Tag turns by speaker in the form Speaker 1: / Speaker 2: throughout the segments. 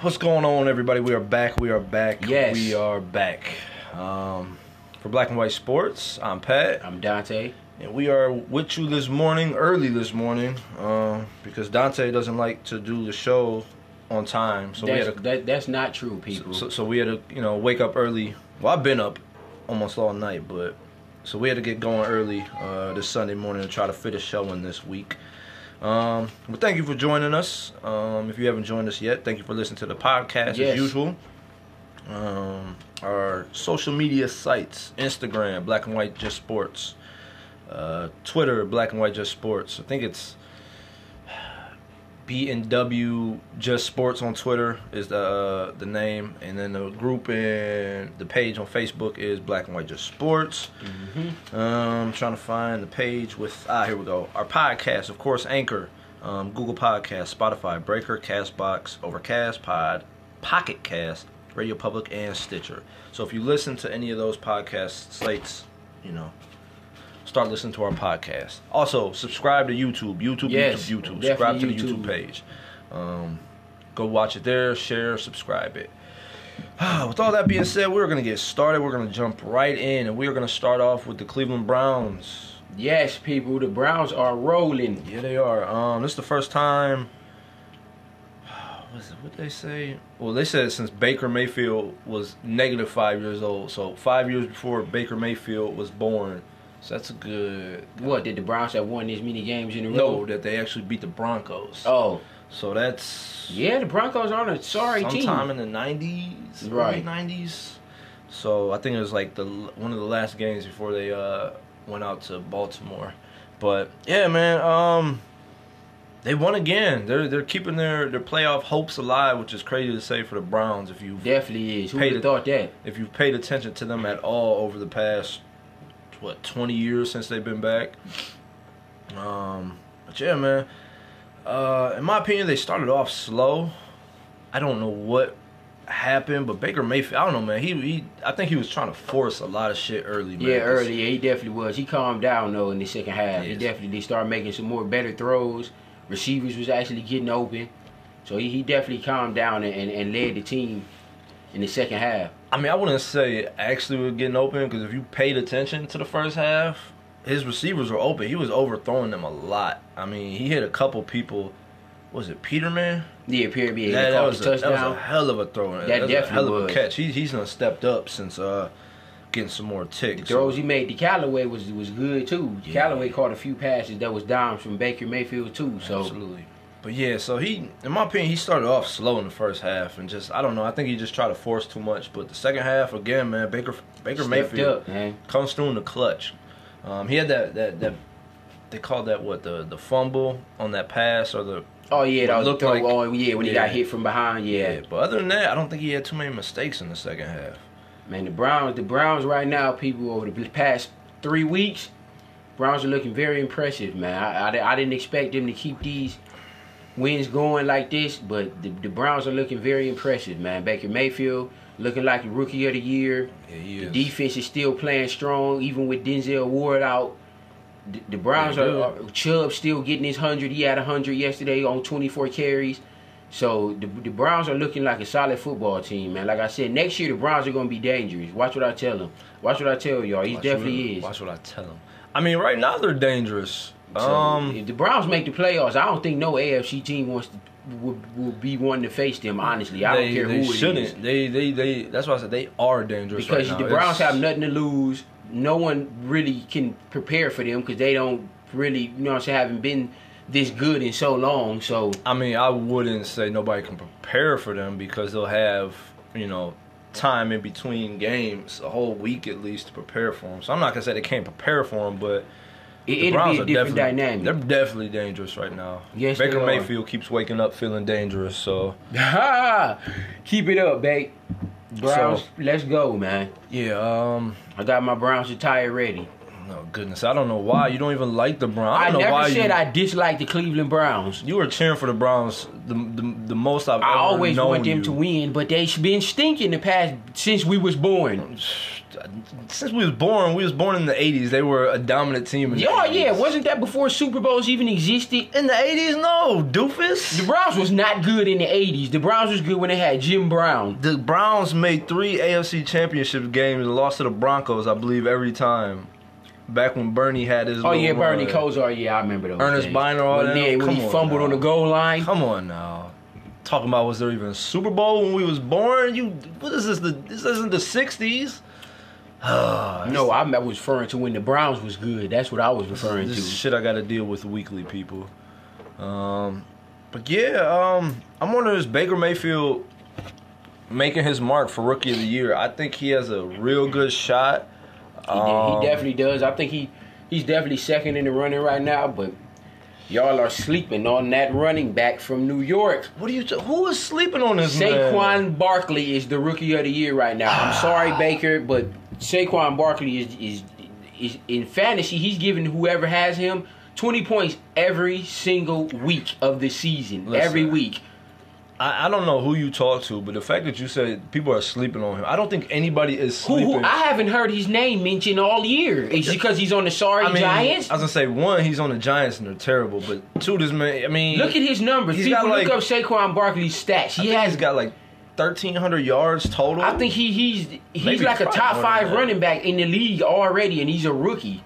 Speaker 1: What's going on, everybody? We are back. We are back.
Speaker 2: Yes.
Speaker 1: We are back. Um, for Black and White Sports, I'm Pat.
Speaker 2: I'm Dante.
Speaker 1: And we are with you this morning, early this morning, um, because Dante doesn't like to do the show on time. So
Speaker 2: that's,
Speaker 1: we had to,
Speaker 2: that, that's not true, people.
Speaker 1: so, so we had to, you know, wake up early. Well, I've been up almost all night, but so we had to get going early uh, this Sunday morning to try to fit a show in this week. Um, but thank you for joining us. Um, if you haven't joined us yet, thank you for listening to the podcast as
Speaker 2: Yes.
Speaker 1: usual. Um, our social media sites: Instagram, Black and White Just Sports, uh, Twitter, Black and White Just Sports. I think it's B and W Just Sports on Twitter is the uh, the name, and then the group and the page on Facebook is Black and White Just Sports. Um, trying to find the page with ah here we go. Our podcast, of course, Anchor, um, Google Podcast, Spotify, Breaker, Castbox, Overcast, Pod, Pocket Cast, Radio Public, and Stitcher. So if you listen to any of those podcast sites, you know, start listening to our podcast. Also, subscribe to YouTube, YouTube,
Speaker 2: Yes,
Speaker 1: YouTube, YouTube.
Speaker 2: definitely
Speaker 1: Subscribe to the
Speaker 2: YouTube.
Speaker 1: YouTube page. Um, go watch it there, share, subscribe it. Uh, With all that being said, we're going to get started. We're going to jump right in, and we're going to start off with the Cleveland Browns.
Speaker 2: yes, people, the Browns are rolling.
Speaker 1: Yeah, they are. Um, this is the first time. Was it what they say? Well, they said since Baker Mayfield was negative five years old, so five years before Baker Mayfield was born. So that's a good.
Speaker 2: What did the Browns have won this many games in a row?
Speaker 1: No, that they actually beat the Broncos.
Speaker 2: Oh,
Speaker 1: So that's
Speaker 2: yeah, the Broncos are on a sorry
Speaker 1: sometime
Speaker 2: team.
Speaker 1: in the nineties,
Speaker 2: Right.
Speaker 1: right? Nineties. So I think it was like the one of the last games before they uh, went out to Baltimore. But yeah, man, um, they won again. They're they're keeping their their playoff hopes alive, which is crazy to say for the Browns. If you have
Speaker 2: Definitely is. Who
Speaker 1: Paid
Speaker 2: would have
Speaker 1: it.
Speaker 2: thought that?
Speaker 1: if you've paid attention to them at all over the past what twenty years since they've been back. Um, but yeah, man. Uh, in my opinion, they started off slow. I don't know what happened, but Baker Mayfield. I don't know, man. He, he I think he was trying to force a lot of shit early, man.
Speaker 2: Yeah,
Speaker 1: 'cause-
Speaker 2: early he definitely was. He calmed down though in the second half. He
Speaker 1: Yes.
Speaker 2: definitely did start making some more better throws. Receivers was actually getting open, so he, he definitely calmed down and, and, and led the team in the second half.
Speaker 1: I mean, I wouldn't say actually we're getting open because if you paid attention to the first half, his receivers were open. He was overthrowing them a lot. I mean, he hit a couple people. Was it Peterman?
Speaker 2: Yeah, Pierre Pierre
Speaker 1: Yeah, that,
Speaker 2: caught
Speaker 1: was a,
Speaker 2: the
Speaker 1: that was
Speaker 2: touchdown.
Speaker 1: a hell of a throw. That, was a
Speaker 2: definitely
Speaker 1: hell of
Speaker 2: was.
Speaker 1: a catch. He, he's done stepped up since uh, getting some more ticks.
Speaker 2: Throws he made to Callaway was was good too. Callaway caught a few passes that was dimes from Baker Mayfield too. So
Speaker 1: Absolutely. But yeah, so he, in my opinion, he started off slow in the first half and just, I don't know, I think he just tried to force too much. But the second half, again, man, Baker Baker
Speaker 2: stepped
Speaker 1: Mayfield
Speaker 2: up, man.
Speaker 1: comes through in the clutch. Um, he had that, that, that, they called that what, the, the fumble on that pass or the.
Speaker 2: Oh yeah, that
Speaker 1: what
Speaker 2: was
Speaker 1: looked
Speaker 2: throw.
Speaker 1: like-
Speaker 2: oh yeah, when he
Speaker 1: yeah.
Speaker 2: got hit from behind, yeah.
Speaker 1: Yeah, but other than that, I don't think he had too many mistakes in the second half.
Speaker 2: Man, the Browns, the Browns right now, people over the past three weeks, Browns are looking very impressive, man. I, I, di- I didn't expect them to keep these wins going like this, but the, the Browns are looking very impressive, man. Baker Mayfield looking like the rookie of the year.
Speaker 1: Yeah, he
Speaker 2: The
Speaker 1: is.
Speaker 2: defense is still playing strong, even with Denzel Ward out. The, the Browns
Speaker 1: Yeah,
Speaker 2: are, are Chubb still getting his hundred. He had hundred yesterday on twenty four carries. So the, the Browns are looking like a solid football team, man. Like I said, next year the Browns are going to be dangerous. Watch what I tell them. Watch what I tell y'all. He
Speaker 1: Watch
Speaker 2: definitely
Speaker 1: what-
Speaker 2: is.
Speaker 1: Watch what I tell him. I mean, right now they're dangerous.
Speaker 2: So,
Speaker 1: um,
Speaker 2: if the Browns make the playoffs, I don't think no AFC team wants to, will, will be wanting to face them. Honestly, I
Speaker 1: they,
Speaker 2: don't care
Speaker 1: they
Speaker 2: who it is.
Speaker 1: shouldn't. They, they, they. That's why I said they are dangerous.
Speaker 2: because
Speaker 1: right
Speaker 2: the
Speaker 1: now.
Speaker 2: Browns
Speaker 1: It's-
Speaker 2: have nothing to lose. No one really can prepare for them because they don't really, you know, what I'm saying, haven't been this good in so long. So
Speaker 1: I mean, I wouldn't say nobody can prepare for them because they'll have you know time in between games, a whole week at least to prepare for them. So I'm not gonna say they can't prepare for them, but
Speaker 2: it,
Speaker 1: the
Speaker 2: it'll
Speaker 1: Browns
Speaker 2: be a
Speaker 1: are
Speaker 2: different
Speaker 1: definitely
Speaker 2: dynamic.
Speaker 1: They're definitely dangerous right now.
Speaker 2: Yes,
Speaker 1: Baker
Speaker 2: they are.
Speaker 1: Mayfield keeps waking up feeling dangerous. So
Speaker 2: Ha! Keep it up, babe. Browns,
Speaker 1: So-
Speaker 2: let's go, man.
Speaker 1: yeah, um,
Speaker 2: I got my Browns attire ready.
Speaker 1: no Oh, goodness, I don't know why you don't even like the Browns. I,
Speaker 2: I,
Speaker 1: don't know why
Speaker 2: never said
Speaker 1: you,
Speaker 2: I disliked the Cleveland Browns.
Speaker 1: You were cheering for the Browns the the, the most I've
Speaker 2: I
Speaker 1: ever
Speaker 2: always
Speaker 1: known
Speaker 2: want them
Speaker 1: you.
Speaker 2: to win, but they've been stinking the past since we was born.
Speaker 1: since we was born, we was born in the '80s. They were a dominant team. In the
Speaker 2: Oh
Speaker 1: 80s.
Speaker 2: yeah, wasn't that before Super Bowls even existed?
Speaker 1: in the '80s? No, doofus.
Speaker 2: The Browns was not good in the '80s. The Browns was good when they had Jim Brown.
Speaker 1: The Browns made three AFC Championship games and lost to the Broncos, I believe, every time. Back when Bernie had his.
Speaker 2: Oh
Speaker 1: little uh,
Speaker 2: yeah, Bernie
Speaker 1: run.
Speaker 2: Kosar. Yeah, I remember those.
Speaker 1: Ernest
Speaker 2: days.
Speaker 1: Biner, all
Speaker 2: When-
Speaker 1: them.
Speaker 2: Yeah, when
Speaker 1: Come
Speaker 2: he
Speaker 1: on
Speaker 2: fumbled
Speaker 1: now.
Speaker 2: on the goal line.
Speaker 1: Come on now, talking about was there even a Super Bowl when we was born? You, what is this? The this isn't the '60s.
Speaker 2: No, I I was referring to when the Browns was good. That's what I was referring
Speaker 1: This is
Speaker 2: to.
Speaker 1: shit I gotta deal with weekly, people. Um, but yeah, um, I'm wondering is Baker Mayfield making his mark for Rookie of the Year? I think he has a real good shot.
Speaker 2: He, did-
Speaker 1: um,
Speaker 2: he definitely does. I think he he's definitely second in the running right now. But y'all are sleeping on that running back from New York.
Speaker 1: What do you? T- who is sleeping on this man?
Speaker 2: Saquon Barkley is the rookie of the year right now. I'm sorry,
Speaker 1: Ah.
Speaker 2: Baker, but Saquon Barkley is is is in fantasy. He's giving whoever has him 20 points every single week of the season.
Speaker 1: Listen.
Speaker 2: every week.
Speaker 1: I, I don't know who you talk to, but the fact that you said people are sleeping on him, I don't think anybody is
Speaker 2: Who,
Speaker 1: sleeping.
Speaker 2: who I haven't heard his name mentioned all year. It's because he's on the sorry
Speaker 1: I mean,
Speaker 2: Giants.
Speaker 1: I was gonna say one, he's on the Giants and they're terrible, but two, this man, I mean,
Speaker 2: Look at his numbers.
Speaker 1: He's
Speaker 2: People
Speaker 1: got, like-
Speaker 2: look up Saquon Barkley's stats.
Speaker 1: I
Speaker 2: He
Speaker 1: think
Speaker 2: has
Speaker 1: he's got like 1,300 yards total.
Speaker 2: I think he he's he's
Speaker 1: Maybe
Speaker 2: like a
Speaker 1: probably
Speaker 2: top
Speaker 1: more than
Speaker 2: five
Speaker 1: that.
Speaker 2: running back in the league already, and he's a rookie.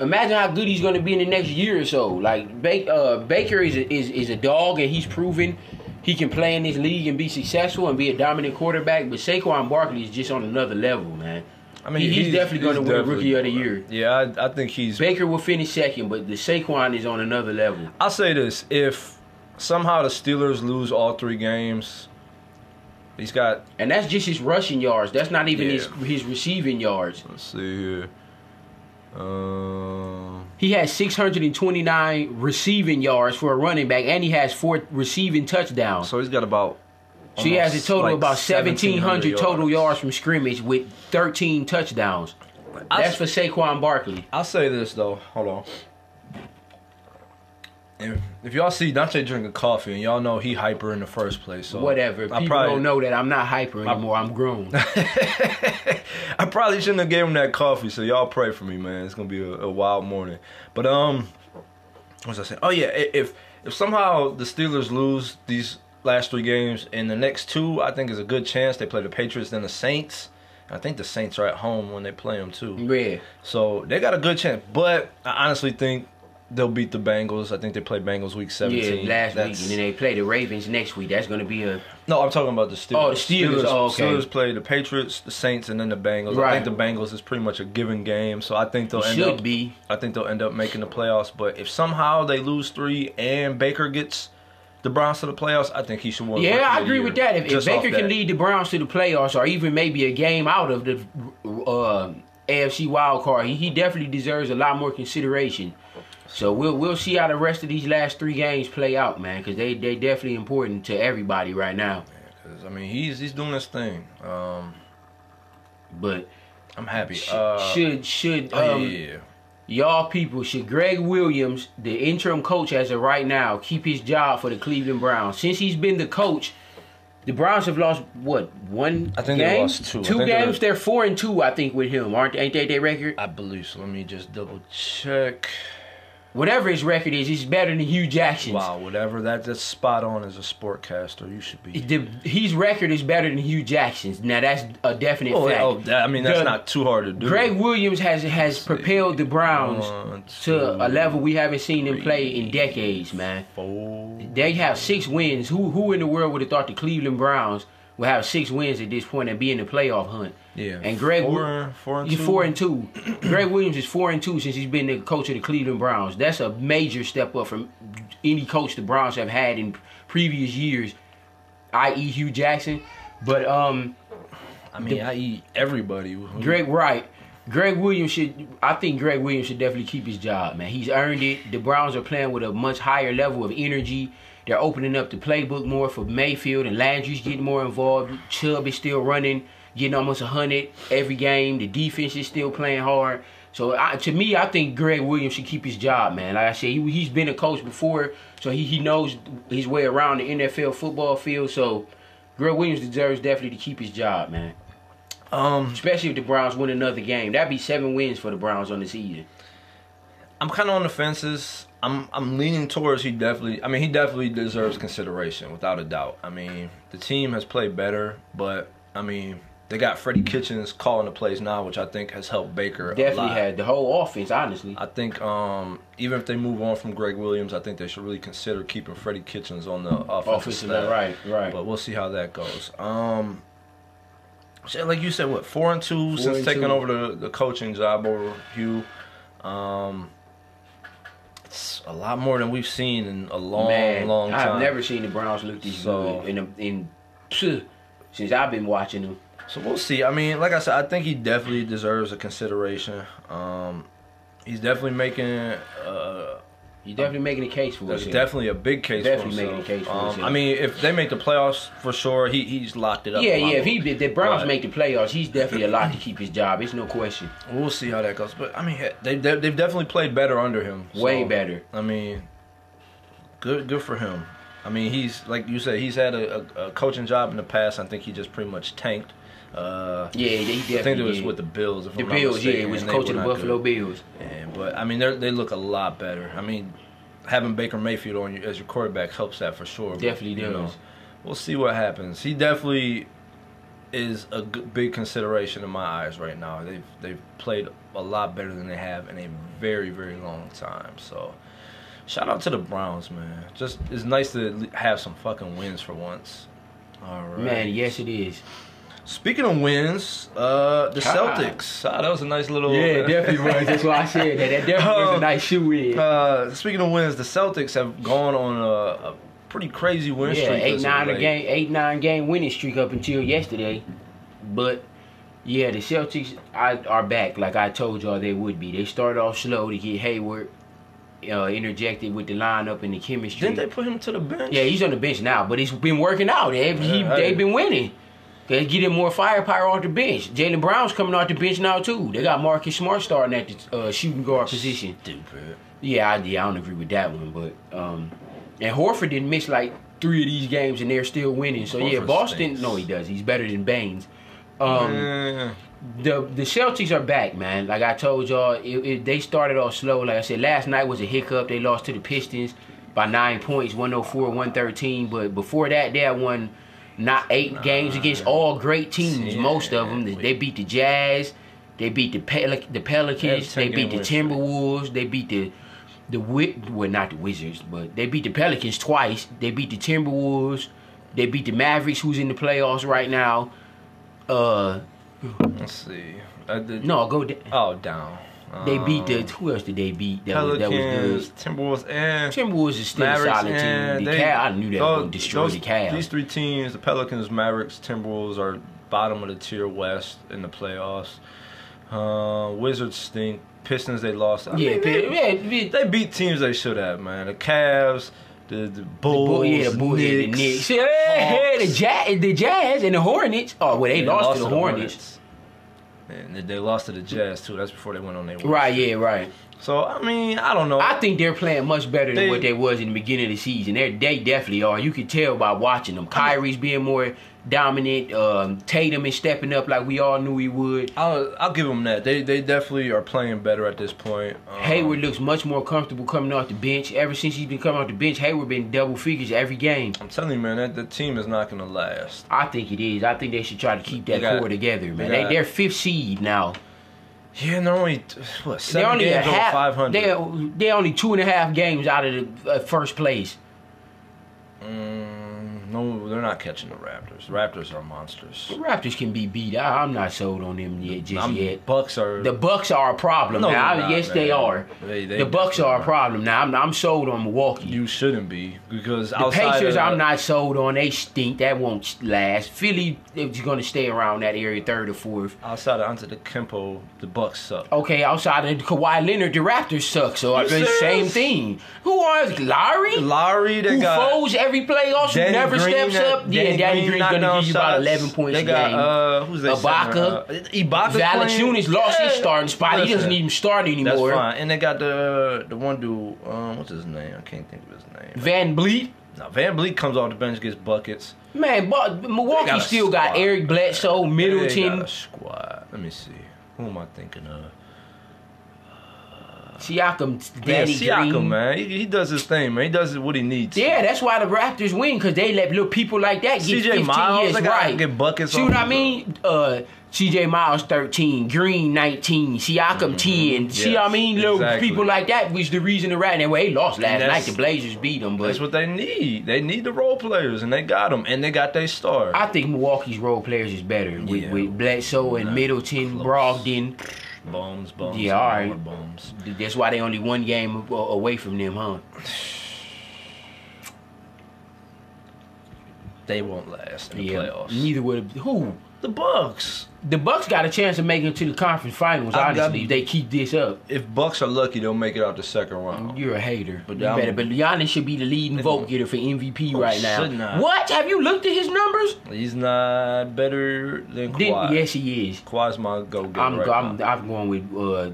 Speaker 2: Imagine how good he's going to be in the next year or so. Like ba- uh, Baker is a, is is a dog, and he's proven he can play in this league and be successful and be a dominant quarterback. But Saquon Barkley is just on another level, man.
Speaker 1: I
Speaker 2: he- he's definitely gonna win
Speaker 1: definitely-
Speaker 2: Rookie of the Year.
Speaker 1: Yeah, I, I think he's.
Speaker 2: Baker will finish second, but the Saquon is on another level.
Speaker 1: I'll say this: if somehow the Steelers lose all three games, he's got.
Speaker 2: And that's just his rushing yards. That's not even
Speaker 1: Yeah.
Speaker 2: his his receiving yards.
Speaker 1: Let's see here. Um,
Speaker 2: He has 629 receiving yards for a running back, and he has four receiving touchdowns.
Speaker 1: so he's got about.
Speaker 2: So he has a
Speaker 1: almost,
Speaker 2: total
Speaker 1: like,
Speaker 2: of about 1,700 total yards from scrimmage with 13 touchdowns.
Speaker 1: I-
Speaker 2: That's for Saquon Barkley.
Speaker 1: I'll say this though. Hold on. If, if y'all see Dante drinking coffee and y'all know he hyper in the first place, so
Speaker 2: Whatever.
Speaker 1: I
Speaker 2: People
Speaker 1: probably
Speaker 2: don't know that I'm not hyper anymore. I'm grown.
Speaker 1: I probably shouldn't have gave him that coffee. So y'all pray for me, man. It's gonna be a, a wild morning. But um, what was I saying? Oh yeah, i- if if somehow the Steelers lose these last three games and the next two, I think is a good chance they play the Patriots then the Saints. I think the Saints are at home when they play them too.
Speaker 2: yeah.
Speaker 1: So they got a good chance, but I honestly think they'll beat the Bengals. I think they play Bengals week seventeen.
Speaker 2: Yeah, last
Speaker 1: That's-
Speaker 2: week. And then they play the Ravens next week. That's going to be a.
Speaker 1: no, I'm talking about the Steelers.
Speaker 2: Oh, the Steelers. Oh, okay.
Speaker 1: Steelers play the Patriots, the Saints, and then the Bengals. I
Speaker 2: Right.
Speaker 1: think the Bengals is pretty much a given game, so I think they'll end
Speaker 2: Should
Speaker 1: up.
Speaker 2: be.
Speaker 1: I think they'll end up making the playoffs. But if somehow they lose three and Baker gets the Browns to the playoffs, I think he should win. Rookie
Speaker 2: Yeah,
Speaker 1: of
Speaker 2: I
Speaker 1: the
Speaker 2: agree
Speaker 1: Year,
Speaker 2: with that. If, if
Speaker 1: just off
Speaker 2: Baker can
Speaker 1: that.
Speaker 2: lead the Browns to the playoffs or even maybe a game out of the uh, AFC wild card, he, he definitely deserves a lot more consideration. So we'll we'll see how the rest of these last three games play out, man, because they they definitely important to everybody right now.
Speaker 1: 'Cause, I mean, he's he's doing his thing. Um,
Speaker 2: But
Speaker 1: I'm happy.
Speaker 2: sh-
Speaker 1: Uh,
Speaker 2: should should
Speaker 1: oh,
Speaker 2: um,
Speaker 1: yeah, yeah, yeah.
Speaker 2: y'all people should Greg Williams, the interim coach as of right now, keep his job for the Cleveland Browns since he's been the coach. The Browns have lost what one?
Speaker 1: I think they
Speaker 2: game?
Speaker 1: lost two. I think they-
Speaker 2: games. They're four and two, I think, with him. Aren't ain't they their record?
Speaker 1: I believe so. Let me just double check.
Speaker 2: Whatever his record is, he's better than Hugh Jackson's.
Speaker 1: Wow, whatever that that's spot on as a sportcaster, you should be.
Speaker 2: The, his record is better than Hugh Jackson's. Now that's a definite
Speaker 1: Oh,
Speaker 2: fact.
Speaker 1: oh, that, I mean that's
Speaker 2: The-
Speaker 1: not too hard to do.
Speaker 2: Greg Williams has has propelled the Browns
Speaker 1: One,
Speaker 2: to a
Speaker 1: two,
Speaker 2: level we haven't seen them play
Speaker 1: three,
Speaker 2: in decades, man.
Speaker 1: Four.
Speaker 2: They have six wins. Who who in the world would have thought the Cleveland Browns would have six wins at this point and be in the playoff hunt?
Speaker 1: Yeah.
Speaker 2: And Greg
Speaker 1: four,
Speaker 2: Wi-
Speaker 1: and- four and
Speaker 2: He's
Speaker 1: two.
Speaker 2: four and two. Greg Williams is four and two since he's been the coach of the Cleveland Browns. That's a major step up from any coach the Browns have had in previous years, i.e. Hugh Jackson. But um,
Speaker 1: I mean, I eat everybody.
Speaker 2: Greg Wright, Greg Williams should. I think Greg Williams should definitely keep his job, man. He's earned it. The Browns are playing with a much higher level of energy. They're opening up the playbook more for Mayfield and Landry's getting more involved. Chubb is still running, getting almost hundred every game. The defense is still playing hard. So I, to me, I think Greg Williams should keep his job, man. Like I said, he, he's been a coach before, so he, he knows his way around the NFL football field. So Greg Williams deserves definitely to keep his job, man.
Speaker 1: Um,
Speaker 2: Especially if the Browns win another game. That'd be seven wins for the Browns on the season.
Speaker 1: I'm kind of on the fences. I'm I'm leaning towards he definitely. I mean, he definitely deserves consideration without a doubt. I mean, the team has played better, but I mean, they got Freddie Kitchens calling the plays now, which I think has helped Baker. a
Speaker 2: Definitely
Speaker 1: lot.
Speaker 2: had the whole offense, honestly.
Speaker 1: I think um, even if they move on from Greg Williams, I think they should really consider keeping Freddie Kitchens on the offensive,
Speaker 2: Offensive
Speaker 1: staff.
Speaker 2: line, right, right.
Speaker 1: But we'll see how that goes. Um, so like you said, what four and two since
Speaker 2: and
Speaker 1: taking
Speaker 2: two.
Speaker 1: over the, the coaching job over Hugh. Um, it's a lot more than we've seen in a long,
Speaker 2: Man,
Speaker 1: long time.
Speaker 2: I've never seen the Browns look this
Speaker 1: So-
Speaker 2: good in a, in phew, since I've been watching them.
Speaker 1: So we'll see. I mean, like I said, I think he definitely deserves a consideration. Um, he's definitely making. Uh,
Speaker 2: He's definitely making a case for
Speaker 1: There's
Speaker 2: us.
Speaker 1: definitely a big case. for
Speaker 2: Definitely making a
Speaker 1: himself.
Speaker 2: case for
Speaker 1: um,
Speaker 2: himself.
Speaker 1: I mean, if they make the playoffs for sure, he he's locked it up.
Speaker 2: yeah,
Speaker 1: a lot
Speaker 2: yeah. If he
Speaker 1: more.
Speaker 2: if the Browns
Speaker 1: But
Speaker 2: make the playoffs, he's definitely allowed to keep his job. It's no question.
Speaker 1: we'll see how that goes. But I mean, they, they they've definitely played better under him. so,
Speaker 2: Way better.
Speaker 1: I mean, good good for him. I mean, he's like you said, he's had a, a, a coaching job in the past. I think he just pretty much tanked. Uh,
Speaker 2: Yeah, he definitely.
Speaker 1: I think it was
Speaker 2: did.
Speaker 1: with the Bills. If
Speaker 2: the
Speaker 1: I'm not
Speaker 2: Bills. Yeah,
Speaker 1: mistaken,
Speaker 2: it was
Speaker 1: and
Speaker 2: the
Speaker 1: they
Speaker 2: coach
Speaker 1: were
Speaker 2: of the
Speaker 1: not
Speaker 2: Buffalo
Speaker 1: good.
Speaker 2: Bills.
Speaker 1: Yeah, but I mean, they they look a lot better. I mean, having Baker Mayfield on you as your quarterback helps that for sure. but,
Speaker 2: Definitely
Speaker 1: you know,
Speaker 2: does.
Speaker 1: we'll see what happens. He definitely is a g- big consideration in my eyes right now. They've they've played a lot better than they have in a very very long time. So. Shout out to the Browns, man. Just it's nice to at le- have some fucking wins for once. All right,
Speaker 2: Man, yes, it is.
Speaker 1: Speaking of wins, uh, the
Speaker 2: God.
Speaker 1: Celtics. Ah, that was a nice little.
Speaker 2: Yeah, definitely was. That's why I said that. That definitely was a
Speaker 1: Um,
Speaker 2: nice shoe in.
Speaker 1: Uh, speaking of wins, the Celtics have gone on a, a pretty crazy win
Speaker 2: Yeah,
Speaker 1: streak.
Speaker 2: eight
Speaker 1: as of
Speaker 2: nine a
Speaker 1: late.
Speaker 2: game, eight nine game winning streak up until yesterday, but yeah, the Celtics I, are back. Like I told y'all, they would be. They started off slow to get Hayward uh, interjected with the lineup and the chemistry.
Speaker 1: Didn't they put him to the bench?
Speaker 2: yeah, he's on the bench now, but it's been working out. They, he,
Speaker 1: Yeah, hey.
Speaker 2: they've been winning. They getting more firepower off the bench. Jalen Brown's coming off the bench now too. They got Marcus Smart starting at the uh, shooting guard position.
Speaker 1: Stupid.
Speaker 2: Yeah, I, yeah, I don't agree with that one, but um, and Horford didn't miss like three of these games, and they're still winning. So yeah,
Speaker 1: Horford
Speaker 2: Boston.
Speaker 1: stinks.
Speaker 2: No, he does. He's better than Baines. Um,
Speaker 1: Yeah.
Speaker 2: the the Celtics are back, man. Like I told y'all, it, it, they started off slow. Like I said, last night was a hiccup. They lost to the Pistons by nine points, 104, 113. But before that, they had won not eight games against all great teams.
Speaker 1: Yeah.
Speaker 2: Most of them, they beat the Jazz, they beat the Pel- the Pelicans,
Speaker 1: They
Speaker 2: they
Speaker 1: had a
Speaker 2: beat the
Speaker 1: 10 game
Speaker 2: Timberwolves, they beat the the Wit, well not the Wizards, but they beat the Pelicans twice. They beat the Timberwolves. They beat the Mavericks, who's in the playoffs right now. Uh,
Speaker 1: Let's see. I did,
Speaker 2: no, go. Da-
Speaker 1: Oh, down.
Speaker 2: They beat the
Speaker 1: Um,
Speaker 2: who else did they beat? That was, that was
Speaker 1: Pelicans,
Speaker 2: good.
Speaker 1: Timberwolves, and
Speaker 2: Timberwolves is still a
Speaker 1: Mavericks.
Speaker 2: solid team.
Speaker 1: and
Speaker 2: The
Speaker 1: they-
Speaker 2: Cal- I knew that
Speaker 1: those-
Speaker 2: was gonna destroy
Speaker 1: those-
Speaker 2: the Cavs.
Speaker 1: These three teams, the Pelicans, Mavericks, Timberwolves, are bottom of the tier West in the playoffs. Uh, Wizards stink. Pistons, they lost. I
Speaker 2: yeah,
Speaker 1: mean,
Speaker 2: Pe-
Speaker 1: they-
Speaker 2: yeah, yeah,
Speaker 1: They beat teams they should have, man. The Cavs, the, the Bulls,
Speaker 2: Bull, yeah, the Bulls, yeah, the
Speaker 1: Knicks,
Speaker 2: Knicks, yeah, yeah, the
Speaker 1: Hawks.
Speaker 2: Jazz, the Jazz, and the Hornets. Oh, well, they,
Speaker 1: They
Speaker 2: lost, to the Hornets.
Speaker 1: Hornets. And they, they lost to the Jazz too. That's before they went on their way.
Speaker 2: Right, yeah, right.
Speaker 1: So I mean, I don't know.
Speaker 2: I think they're playing much better than
Speaker 1: They-
Speaker 2: what they was in the beginning of the season. They they definitely are. You can tell by watching them. Kyrie's being more dominant. Um, Tatum is stepping up like we all knew he would.
Speaker 1: I'll, I'll give them that. They they definitely are playing better at this point. Um,
Speaker 2: Hayward looks much more comfortable coming off the bench. Ever since he's been coming off the bench, Hayward been double figures every game.
Speaker 1: I'm telling you, man, that the team is not gonna last.
Speaker 2: I think it is. I think they should try to keep
Speaker 1: They
Speaker 2: that
Speaker 1: got-
Speaker 2: core together, man.
Speaker 1: they
Speaker 2: They
Speaker 1: got-
Speaker 2: they're fifth seed now.
Speaker 1: Yeah, and they're only what
Speaker 2: They're
Speaker 1: seven
Speaker 2: only a
Speaker 1: games over
Speaker 2: half.
Speaker 1: 500.
Speaker 2: They're they're only two and a half games out of the uh, first place.
Speaker 1: Mm, no, they're not catching the Raptors. Raptors are monsters.
Speaker 2: The Raptors can be beat. I, I'm not sold on them yet, just
Speaker 1: I'm-
Speaker 2: yet.
Speaker 1: Bucks are
Speaker 2: The Bucks are a problem
Speaker 1: No,
Speaker 2: now.
Speaker 1: they're not,
Speaker 2: yes, they
Speaker 1: man.
Speaker 2: are.
Speaker 1: They- they
Speaker 2: the Bucks
Speaker 1: definitely
Speaker 2: are
Speaker 1: are.
Speaker 2: a problem now. I'm, I'm sold on Milwaukee.
Speaker 1: You shouldn't be because
Speaker 2: The
Speaker 1: outside
Speaker 2: Pacers,
Speaker 1: of,
Speaker 2: I'm not sold on. They stink. That won't last. Philly, they're going to stay around that area, third or fourth.
Speaker 1: outside of Ante the Kempo, the Bucks suck.
Speaker 2: Okay, outside of Kawhi Leonard, the Raptors suck. So I
Speaker 1: You
Speaker 2: think same
Speaker 1: serious?
Speaker 2: thing. Who are Lowry?
Speaker 1: Lowry, they
Speaker 2: Who
Speaker 1: got
Speaker 2: folds every playoffs? Who
Speaker 1: Danny
Speaker 2: never
Speaker 1: Green,
Speaker 2: steps up? yeah, Danny Green's
Speaker 1: knocked
Speaker 2: going to
Speaker 1: down
Speaker 2: give you about
Speaker 1: shots.
Speaker 2: 11 points
Speaker 1: They
Speaker 2: a
Speaker 1: got
Speaker 2: game.
Speaker 1: uh, who's that?
Speaker 2: Ibaka.
Speaker 1: center? Uh, Ibaka.
Speaker 2: Valanciunas
Speaker 1: playing?
Speaker 2: lost his
Speaker 1: Yeah.
Speaker 2: starting spot. He
Speaker 1: Listen,
Speaker 2: doesn't even start
Speaker 1: That's
Speaker 2: anymore.
Speaker 1: fine. And they got the the one dude. Um, what's his name? I can't think of his name.
Speaker 2: Van Bleet.
Speaker 1: Now Van Bleek comes off the bench, gets buckets.
Speaker 2: Man, but
Speaker 1: They got
Speaker 2: Milwaukee
Speaker 1: a
Speaker 2: still got
Speaker 1: squad.
Speaker 2: Eric Bledsoe,
Speaker 1: They got
Speaker 2: Middleton,
Speaker 1: a squad. Let me see. Who am I thinking of?
Speaker 2: Siakam, Danny
Speaker 1: yeah, Siakam,
Speaker 2: Green.
Speaker 1: man. He, he does his thing, man. He does what he needs.
Speaker 2: Yeah, that's why the Raptors win because they let little people like that get 15
Speaker 1: CJ Miles,
Speaker 2: years
Speaker 1: they gotta
Speaker 2: right.
Speaker 1: get buckets.
Speaker 2: See
Speaker 1: off
Speaker 2: what I
Speaker 1: him, bro.
Speaker 2: mean? Uh, CJ Miles 13, Green 19, Siakam 10. See what I
Speaker 1: Mm-hmm. Yes,
Speaker 2: mean? Little
Speaker 1: exactly.
Speaker 2: people like that was the reason the right. Well, they lost last
Speaker 1: And
Speaker 2: night.
Speaker 1: that's-
Speaker 2: The Blazers beat them, but
Speaker 1: That's what they need. They need the role players, and they got them, and they got their star.
Speaker 2: I think Milwaukee's role players is better with,
Speaker 1: Yeah.
Speaker 2: with Bledsoe and
Speaker 1: Nah,
Speaker 2: Middleton,
Speaker 1: close.
Speaker 2: Brogdon.
Speaker 1: bombs, bombs,
Speaker 2: Yeah, all right.
Speaker 1: more bombs.
Speaker 2: That's why they only one game a- away from them, huh?
Speaker 1: They won't last in the playoffs.
Speaker 2: Neither would who.
Speaker 1: The Bucks.
Speaker 2: The Bucks got a chance of making it to the conference finals.
Speaker 1: I got-
Speaker 2: Honestly, if they keep this up.
Speaker 1: If Bucks are lucky, they'll make it out the second round.
Speaker 2: You're a hater.
Speaker 1: Oh.
Speaker 2: But
Speaker 1: But
Speaker 2: you
Speaker 1: I'm-
Speaker 2: better. But Giannis should be the leading vote getter for MVP
Speaker 1: Oh,
Speaker 2: right
Speaker 1: should
Speaker 2: now.
Speaker 1: not.
Speaker 2: What? Have you looked at his numbers?
Speaker 1: He's not better than
Speaker 2: Did-
Speaker 1: Kawhi.
Speaker 2: yes, he is.
Speaker 1: Kawhi's my go-getter
Speaker 2: I'm,
Speaker 1: right now.
Speaker 2: I'm, I'm going with uh,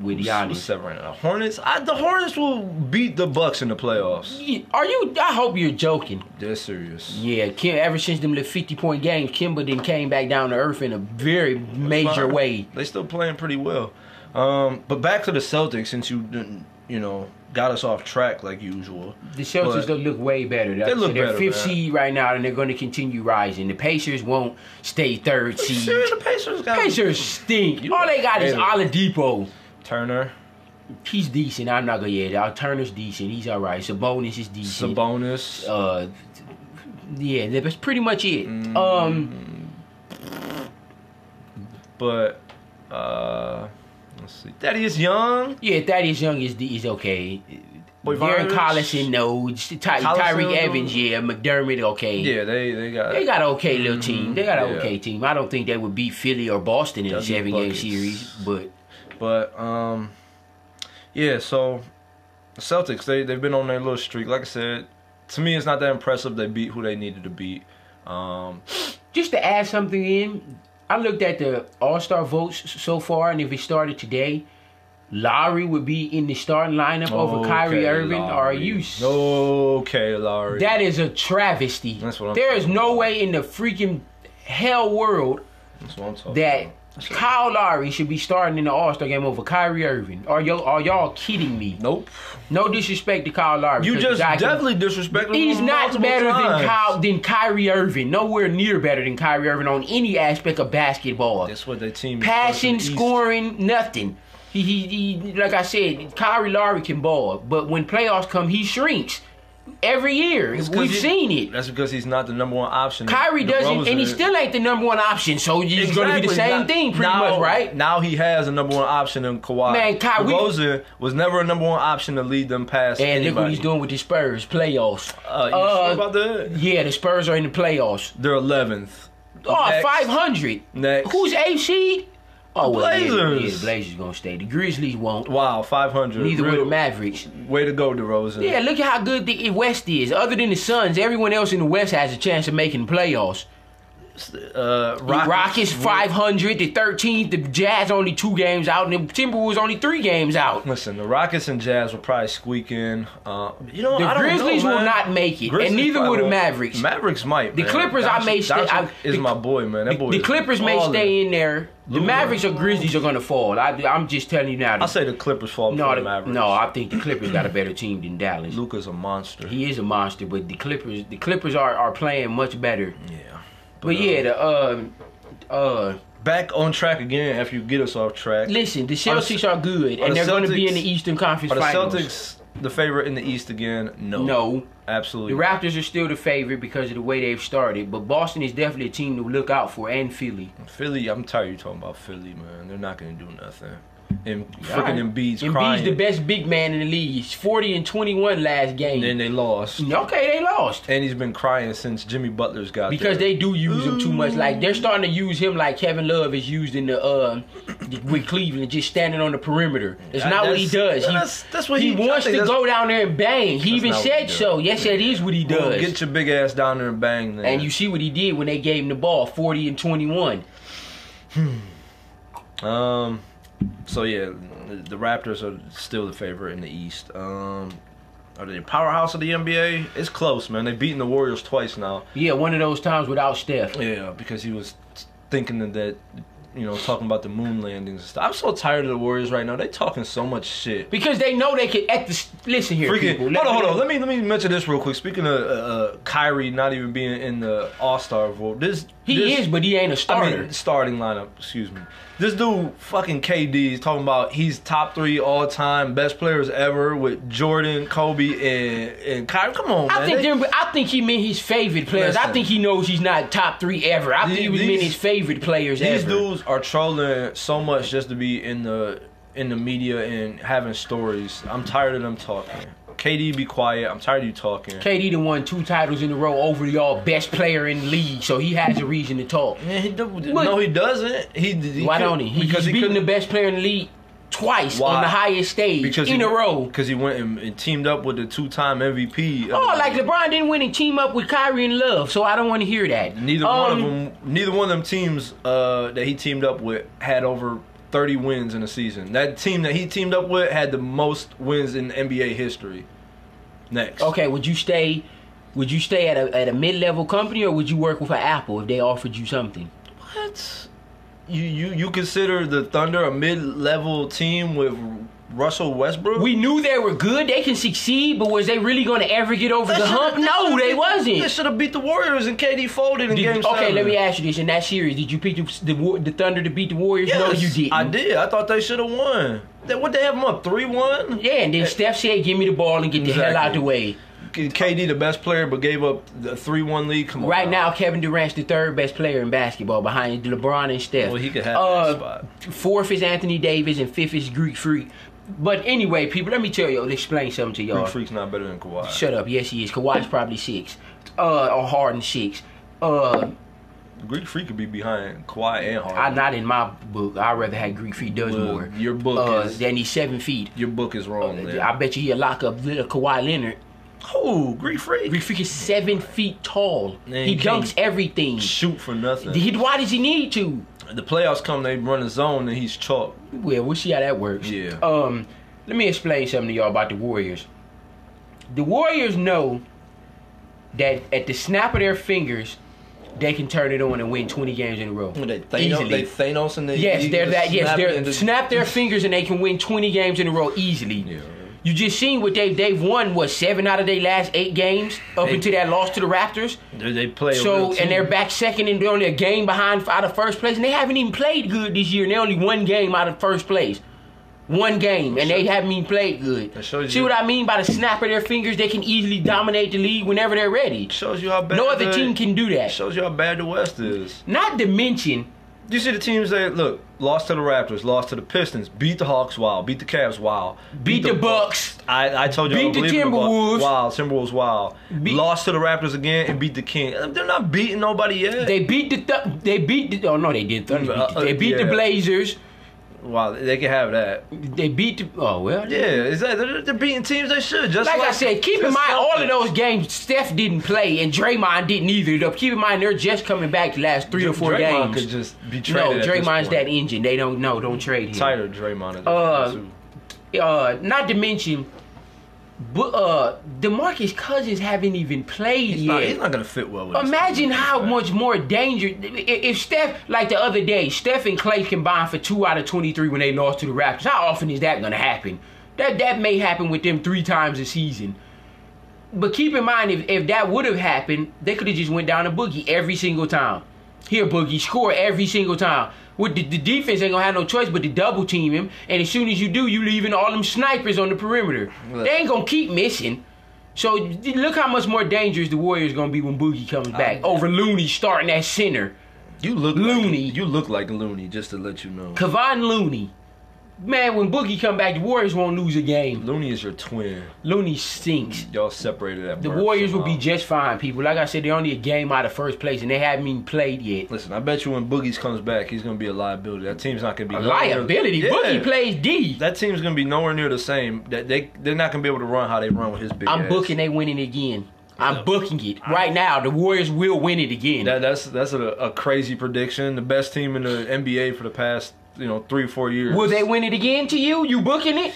Speaker 2: with
Speaker 1: Who's- who's
Speaker 2: Giannis.
Speaker 1: seven right now? Hornets. I, the Hornets will beat the Bucks in the playoffs.
Speaker 2: Ye- Are you? I hope you're joking.
Speaker 1: They're serious.
Speaker 2: Yeah, Kim. Ever since them little fifty-point games, Kimba then came back down to earth in a very major
Speaker 1: Fine.
Speaker 2: way.
Speaker 1: They still playing pretty well. Um, but back to the Celtics, since you didn't, you know got us off track like usual.
Speaker 2: The Celtics
Speaker 1: But-
Speaker 2: don't look way better. Like I
Speaker 1: look
Speaker 2: said, They're
Speaker 1: better,
Speaker 2: fifth
Speaker 1: man.
Speaker 2: seed right now, and they're going to continue rising. The Pacers won't stay third seed.
Speaker 1: Sure, the Pacers got
Speaker 2: Pacers stink.
Speaker 1: Oh, You
Speaker 2: All they got is
Speaker 1: hate 'em.
Speaker 2: Oladipo.
Speaker 1: Turner,
Speaker 2: He's decent. I'm not gonna. Yeah, Turner's decent. He's all right. Sabonis is decent.
Speaker 1: Sabonis.
Speaker 2: uh, yeah, that's pretty much it.
Speaker 1: Mm.
Speaker 2: Um,
Speaker 1: but uh, let's see, Thaddeus Young.
Speaker 2: yeah, Thaddeus Young is is okay.
Speaker 1: Boy,
Speaker 2: Aaron
Speaker 1: Vargas.
Speaker 2: Collison, no. Ty-
Speaker 1: Collison,
Speaker 2: Tyreek
Speaker 1: no.
Speaker 2: Evans, yeah. McDermott, okay.
Speaker 1: Yeah, they they got.
Speaker 2: They got an okay little team. They got an
Speaker 1: Yeah.
Speaker 2: okay team. I don't think they would beat Philly or Boston in a
Speaker 1: Dougie
Speaker 2: seven game
Speaker 1: Buckets.
Speaker 2: series, but
Speaker 1: But um, yeah. So the Celtics, they they've been on their little streak. Like I said, to me, it's not that impressive. They beat who they needed to beat. Um,
Speaker 2: just to add something in, I looked at the All Star votes s- so far, and if it started today, Lowry would be in the starting lineup over
Speaker 1: okay,
Speaker 2: Kyrie Irving. Are
Speaker 1: Lowry.
Speaker 2: you? s-
Speaker 1: okay, Larry?
Speaker 2: That is a travesty.
Speaker 1: That's what I'm
Speaker 2: There is
Speaker 1: talking
Speaker 2: no
Speaker 1: about.
Speaker 2: way in the freaking hell world
Speaker 1: That's what I'm talking
Speaker 2: that
Speaker 1: about.
Speaker 2: Kyle Lowry should be starting in the All Star game over Kyrie Irving. Are y'all are y'all kidding me?
Speaker 1: Nope.
Speaker 2: No disrespect to Kyle Lowry.
Speaker 1: You just
Speaker 2: because the guy can-
Speaker 1: definitely disrespected
Speaker 2: He's
Speaker 1: him
Speaker 2: not
Speaker 1: multiple
Speaker 2: better
Speaker 1: times.
Speaker 2: than Kyle than Kyrie Irving. Nowhere near better than Kyrie Irving on any aspect of basketball.
Speaker 1: That's what their team is fucking
Speaker 2: Passion,
Speaker 1: east.
Speaker 2: scoring, nothing. He, he, he, like I said, Kyrie Lowry can ball, but when playoffs come, he shrinks every year.
Speaker 1: It's 'cause
Speaker 2: We've
Speaker 1: he-
Speaker 2: seen it.
Speaker 1: That's because he's not the number one option.
Speaker 2: Kyrie
Speaker 1: The
Speaker 2: doesn't, and he
Speaker 1: Rosen-
Speaker 2: still ain't the number one option. So it's going to be the
Speaker 1: Exactly.
Speaker 2: same
Speaker 1: Now-
Speaker 2: thing, pretty
Speaker 1: now-
Speaker 2: much, right?
Speaker 1: Now he has a number one option in Kawhi.
Speaker 2: Man, Kyrie-
Speaker 1: DeRozan was never a number one option to lead them past
Speaker 2: And
Speaker 1: anybody.
Speaker 2: look what he's doing with the Spurs playoffs.
Speaker 1: Uh, you
Speaker 2: Uh,
Speaker 1: sure about that?
Speaker 2: Yeah, the Spurs are in the playoffs.
Speaker 1: They're eleventh.
Speaker 2: Oh,
Speaker 1: Next.
Speaker 2: 500.
Speaker 1: Next.
Speaker 2: Who's eighth seed? Oh, well, yeah,
Speaker 1: Blazers.
Speaker 2: Yeah, the Blazers going to stay. The Grizzlies won't.
Speaker 1: Wow, five hundred.
Speaker 2: Neither will the Mavericks.
Speaker 1: Way to go, DeRozan.
Speaker 2: Yeah, look at how good the West is. Other than the Suns, everyone else in the West has a chance of making the playoffs.
Speaker 1: Uh,
Speaker 2: The
Speaker 1: Rockets,
Speaker 2: Rockets, 500, the 13th, the Jazz only two games out, and the Timberwolves only three games out.
Speaker 1: Listen, the Rockets and Jazz will probably squeak in. Uh, you know,
Speaker 2: The
Speaker 1: I don't
Speaker 2: Grizzlies
Speaker 1: know,
Speaker 2: will
Speaker 1: man.
Speaker 2: not make it,
Speaker 1: Grizzlies
Speaker 2: and neither
Speaker 1: probably
Speaker 2: will the
Speaker 1: won't.
Speaker 2: Mavericks.
Speaker 1: Mavericks might.
Speaker 2: The
Speaker 1: man.
Speaker 2: Clippers, I may stay-
Speaker 1: Doncic
Speaker 2: I-
Speaker 1: is
Speaker 2: the-
Speaker 1: my boy, man. That boy.
Speaker 2: the
Speaker 1: is
Speaker 2: Clippers may
Speaker 1: balling.
Speaker 2: stay in there. The
Speaker 1: Lose.
Speaker 2: Mavericks or Grizzlies are going to fall. I, I'm just telling you now.
Speaker 1: I say the Clippers fall
Speaker 2: no,
Speaker 1: before
Speaker 2: the-
Speaker 1: the Mavericks.
Speaker 2: no, I think the Clippers got a better team than Dallas.
Speaker 1: Luca's a monster.
Speaker 2: He is a monster, but the Clippers, the Clippers are, are playing much better.
Speaker 1: yeah.
Speaker 2: But
Speaker 1: uh,
Speaker 2: yeah, the um, uh,
Speaker 1: back on track again after you get us off track.
Speaker 2: listen, the
Speaker 1: Are the-
Speaker 2: Celtics are good,
Speaker 1: are
Speaker 2: and
Speaker 1: the
Speaker 2: they're going to be
Speaker 1: Celtics-
Speaker 2: in the Eastern Conference
Speaker 1: Are the
Speaker 2: Finals.
Speaker 1: Celtics the favorite in the East again? No.
Speaker 2: No. The
Speaker 1: Absolutely.
Speaker 2: Raptors are still the favorite because of the way they've started, but Boston is definitely a team to look out for, and Philly.
Speaker 1: Philly, I'm tired of you talking about Philly, man. They're not gonna do nothing. And
Speaker 2: Alright.
Speaker 1: freaking Embiid's crying.
Speaker 2: Embiid's the best big man in the league. He's 40 and 21 last
Speaker 1: And then
Speaker 2: game.
Speaker 1: they lost.
Speaker 2: Okay, they lost.
Speaker 1: And he's been crying since Jimmy Butler's got
Speaker 2: Because
Speaker 1: there.
Speaker 2: they do use him too much. Like they're starting to use him like Kevin Love is used in the uh, with Cleveland, just standing on the perimeter. It's
Speaker 1: Yeah,
Speaker 2: not what he does.
Speaker 1: that's-
Speaker 2: He,
Speaker 1: that's- that's what he- I
Speaker 2: wants
Speaker 1: think
Speaker 2: to
Speaker 1: that's-
Speaker 2: go down there and bang. He
Speaker 1: That's
Speaker 2: even
Speaker 1: not what
Speaker 2: said
Speaker 1: he
Speaker 2: so.
Speaker 1: does.
Speaker 2: Yes, that is what he
Speaker 1: Well,
Speaker 2: does.
Speaker 1: Get your big ass down there and bang. Then.
Speaker 2: and you see what he did when they gave him the ball, 40 and 21.
Speaker 1: Um. So yeah, the, the Raptors are still the favorite in the East. Um. Are they the powerhouse of the NBA? It's close, man. They've beaten the Warriors twice now.
Speaker 2: Yeah, one of those times without Steph.
Speaker 1: Yeah, because he was thinking that you know, talking about the moon landings and stuff. I'm so tired of the Warriors right now. They talking so much shit.
Speaker 2: Because they know they can at the listen here,
Speaker 1: Freaking,
Speaker 2: people.
Speaker 1: hold on, hold on. Let me let me mention this real quick. Speaking of uh, uh, Kyrie not even being in the All Star vote, this
Speaker 2: He
Speaker 1: this,
Speaker 2: is, but he ain't a
Speaker 1: I
Speaker 2: starter.
Speaker 1: mean, starting lineup. Excuse me. This dude, fucking KD, is talking about he's top three all time, best players ever with Jordan, Kobe, and and Kyrie. Come on, man.
Speaker 2: I think
Speaker 1: They-
Speaker 2: them, I think he meant his favorite players. I
Speaker 1: Listen.
Speaker 2: think he knows he's not top three ever. I think he was
Speaker 1: These-
Speaker 2: meant his favorite players
Speaker 1: these
Speaker 2: ever.
Speaker 1: dudes are trolling so much just to be in the in the media and having stories. I'm tired of them talking. KD, be quiet. I'm tired of you talking.
Speaker 2: KD done won two titles in a row over y'all best player in the league, so he has a reason to talk.
Speaker 1: Yeah, he do, no, he doesn't. He, he
Speaker 2: Why
Speaker 1: could-
Speaker 2: don't he? he because he's
Speaker 1: could-
Speaker 2: beaten the best player in the league twice
Speaker 1: Why?
Speaker 2: on the highest stage in
Speaker 1: he,
Speaker 2: a row.
Speaker 1: Because he went and, and teamed up with the two-time MVP. of
Speaker 2: Oh,
Speaker 1: the
Speaker 2: like
Speaker 1: league.
Speaker 2: LeBron didn't win and team up with Kyrie and Love, so I don't want to hear that.
Speaker 1: Neither one
Speaker 2: Um,
Speaker 1: of them, neither one of them teams uh, that he teamed up with had over 30 wins in a season. That team that he teamed up with had the most wins in NBA history. Next,
Speaker 2: Okay, would you stay? Would you stay at a at a mid level company, or would you work with an Apple if they offered you something?
Speaker 1: what? You you you consider the Thunder a mid-level team with Russell Westbrook?
Speaker 2: We knew they were good. They can succeed, but was they really going to ever get over
Speaker 1: They
Speaker 2: the
Speaker 1: shoulda-
Speaker 2: hump?
Speaker 1: they
Speaker 2: No,
Speaker 1: shoulda
Speaker 2: they
Speaker 1: beat- They
Speaker 2: wasn't.
Speaker 1: should have beat the Warriors and KD folded in
Speaker 2: Did-
Speaker 1: game
Speaker 2: okay,
Speaker 1: seven.
Speaker 2: let me ask you this: In that series, did you pick the the, Wa- the Thunder to beat the Warriors?
Speaker 1: Yes,
Speaker 2: no, you didn't.
Speaker 1: I did. I thought they should have won. They, what they have them up three one?
Speaker 2: Yeah, and then Steph said, "Give me the ball and get the hell out
Speaker 1: Exactly.
Speaker 2: the way."
Speaker 1: KD the best player, but gave up the three one lead. Come on,
Speaker 2: Right now, Kevin Durant's the third best player in basketball behind LeBron and Steph. Uh,
Speaker 1: Well, he could have that spot.
Speaker 2: Fourth is Anthony Davis, and fifth is Greek Freak. But anyway, people, let me tell y'all, explain something to y'all.
Speaker 1: Greek Freak's not better than Kawhi.
Speaker 2: Shut up. Yes, he is. Kawhi's probably six. Uh, or Harden six. Uh,
Speaker 1: Greek Freak could be behind Kawhi and Harden.
Speaker 2: I not in my book. I'd rather have Greek feet does
Speaker 1: Well,
Speaker 2: more.
Speaker 1: your book
Speaker 2: uh,
Speaker 1: is-
Speaker 2: than he's seven feet.
Speaker 1: Your book is wrong. there.
Speaker 2: Oh, I bet you he'll lock up little Kawhi Leonard.
Speaker 1: oh, Greek Freak
Speaker 2: Greek freak is seven feet tall.
Speaker 1: Man,
Speaker 2: he
Speaker 1: you can't-
Speaker 2: dunks everything.
Speaker 1: shoot for nothing.
Speaker 2: He, why does he need to?
Speaker 1: the playoffs come, they run a zone, and he's chalk.
Speaker 2: Well, we'll see how that works.
Speaker 1: Yeah.
Speaker 2: Um, let me explain something to y'all about the Warriors. The Warriors know that at the snap of their fingers, they can turn it on and win 20 games in a row.
Speaker 1: They Thanos, they Thanos and they
Speaker 2: Yes,
Speaker 1: you
Speaker 2: they're
Speaker 1: just
Speaker 2: that. Yes,
Speaker 1: snap it
Speaker 2: they're
Speaker 1: and just-
Speaker 2: snap their fingers and they can win twenty games in a row easily.
Speaker 1: Yeah.
Speaker 2: You just seen what they they've won what seven out of their last eight games up
Speaker 1: Eight.
Speaker 2: until that loss to the Raptors.
Speaker 1: They, they play. a real
Speaker 2: So
Speaker 1: team.
Speaker 2: and they're back second and they're only a game behind out of first place and they haven't even played good this year and they only one game out of first place. One game and they haven't even played good.
Speaker 1: That shows
Speaker 2: See
Speaker 1: you-
Speaker 2: what I mean by the snap of their fingers? They can easily dominate the league whenever they're ready.
Speaker 1: Shows you how bad.
Speaker 2: No other
Speaker 1: the-
Speaker 2: team can do that.
Speaker 1: Shows you how bad the West is.
Speaker 2: Not to mention
Speaker 1: You see the teams that look lost to the Raptors, lost to the Pistons, beat the Hawks wild, beat the Cavs wild,
Speaker 2: beat the Bucks.
Speaker 1: I, I told you I
Speaker 2: Beat
Speaker 1: don't
Speaker 2: the
Speaker 1: believe in Bucks.
Speaker 2: Timberwolves.
Speaker 1: Wild Timberwolves wild.
Speaker 2: Beat-
Speaker 1: lost to the Raptors again and beat the King. They're not beating nobody yet.
Speaker 2: They beat the th- they beat the oh no they did Thunder beat the-
Speaker 1: Uh, uh,
Speaker 2: they beat the
Speaker 1: yeah.
Speaker 2: Blazers
Speaker 1: wow, they can have that.
Speaker 2: they beat the oh well
Speaker 1: Yeah, is that they're, they're beating teams they should. Just
Speaker 2: like,
Speaker 1: like,
Speaker 2: I said keep in
Speaker 1: just
Speaker 2: mind all of
Speaker 1: something.
Speaker 2: those games Steph didn't play and Draymond didn't either though keep in mind they're just coming back the last three or four
Speaker 1: Draymond
Speaker 2: games
Speaker 1: could just be
Speaker 2: no
Speaker 1: traded. at this
Speaker 2: Draymond's
Speaker 1: point.
Speaker 2: that engine they don't no don't trade him
Speaker 1: Tired of Draymond. At this
Speaker 2: Uh,
Speaker 1: point, too.
Speaker 2: uh not to mention but uh DeMarcus Cousins haven't even played
Speaker 1: He's,
Speaker 2: yet
Speaker 1: not, he's not gonna fit well with. this
Speaker 2: Imagine
Speaker 1: team.
Speaker 2: how much more danger i- if Steph, like the other day, Steph and Clay combined for two out of twenty-three when they lost to the Raptors. How often is that going to happen? That that may happen with them three times a season. But keep in mind, if, if that would have happened, they could have just went down to Boogie every single time. Here, Boogie, score every single time. With the, the defense ain't gonna have no choice but to double team him, and as soon as you do, you leaving all them snipers on the perimeter.
Speaker 1: Look.
Speaker 2: They ain't gonna keep missing. So d- look how much more dangerous the Warriors gonna be when Boogie comes
Speaker 1: Oh,
Speaker 2: back over Looney starting at center.
Speaker 1: you look
Speaker 2: Looney.
Speaker 1: Like, you look like Looney, just to let you know.
Speaker 2: Kevon Looney, man, when Boogie come back, the Warriors won't lose a game.
Speaker 1: Looney is your twin.
Speaker 2: Looney stinks.
Speaker 1: Y'all separated at
Speaker 2: The
Speaker 1: birth
Speaker 2: Warriors will
Speaker 1: somehow.
Speaker 2: be just fine, people. Like I said, they're only a game out of first place, and they haven't even played yet.
Speaker 1: Listen, I bet you when Boogie's comes back, he's gonna be a liability. That team's not gonna be
Speaker 2: A
Speaker 1: nowhere near-
Speaker 2: liability.
Speaker 1: Oh, Yeah.
Speaker 2: Boogie plays D.
Speaker 1: That team's gonna be nowhere near the same. That they they're not gonna be able to run how they run with his big.
Speaker 2: I'm
Speaker 1: ass.
Speaker 2: booking they winning again. I'm booking it right now. The Warriors will win it again.
Speaker 1: That that's that's a, a crazy prediction. The best team in the NBA for the past you know three four years.
Speaker 2: will they win it again to you? You booking it?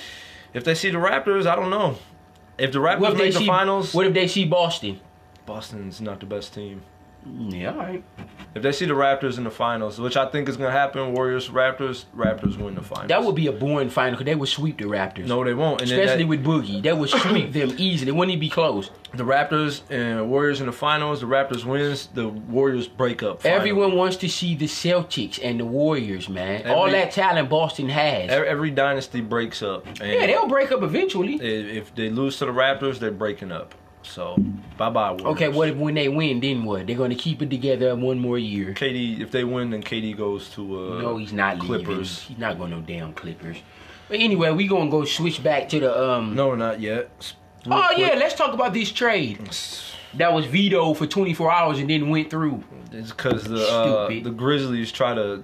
Speaker 1: If they see the Raptors, I don't know. If the Raptors
Speaker 2: What if they
Speaker 1: make the
Speaker 2: see
Speaker 1: finals,
Speaker 2: What if they see Boston?
Speaker 1: Boston's not the best team.
Speaker 2: Yeah, all right.
Speaker 1: If they see the Raptors in the finals, which I think is gonna happen, Warriors Raptors Raptors win the finals.
Speaker 2: That would be a boring final because they would sweep the Raptors.
Speaker 1: no, they won't. And then
Speaker 2: Especially
Speaker 1: that-
Speaker 2: with Boogie, they would sweep them easily. It wouldn't even be close.
Speaker 1: the Raptors and Warriors in the finals. The Raptors wins. The Warriors break up. finally.
Speaker 2: Everyone wants to see the Celtics and the Warriors, man. All
Speaker 1: Every-
Speaker 2: that talent Boston has.
Speaker 1: Every, every dynasty breaks up. And
Speaker 2: yeah, they'll break up eventually.
Speaker 1: i- If they lose to the Raptors, they're breaking up. So bye bye.
Speaker 2: Okay, what if when they win, then what? They're going to keep it together one more year.
Speaker 1: KD? If they win, then KD goes to uh,
Speaker 2: No, he's not leaving.
Speaker 1: Clippers.
Speaker 2: He's not going no damn Clippers. But anyway, we gonna go switch back to the um.
Speaker 1: No, not yet. S- real
Speaker 2: oh
Speaker 1: quick.
Speaker 2: yeah, let's talk about this trade
Speaker 1: S-
Speaker 2: that was vetoed for 24 hours and then went through.
Speaker 1: It's because the uh,
Speaker 2: Stupid.
Speaker 1: the Grizzlies try to.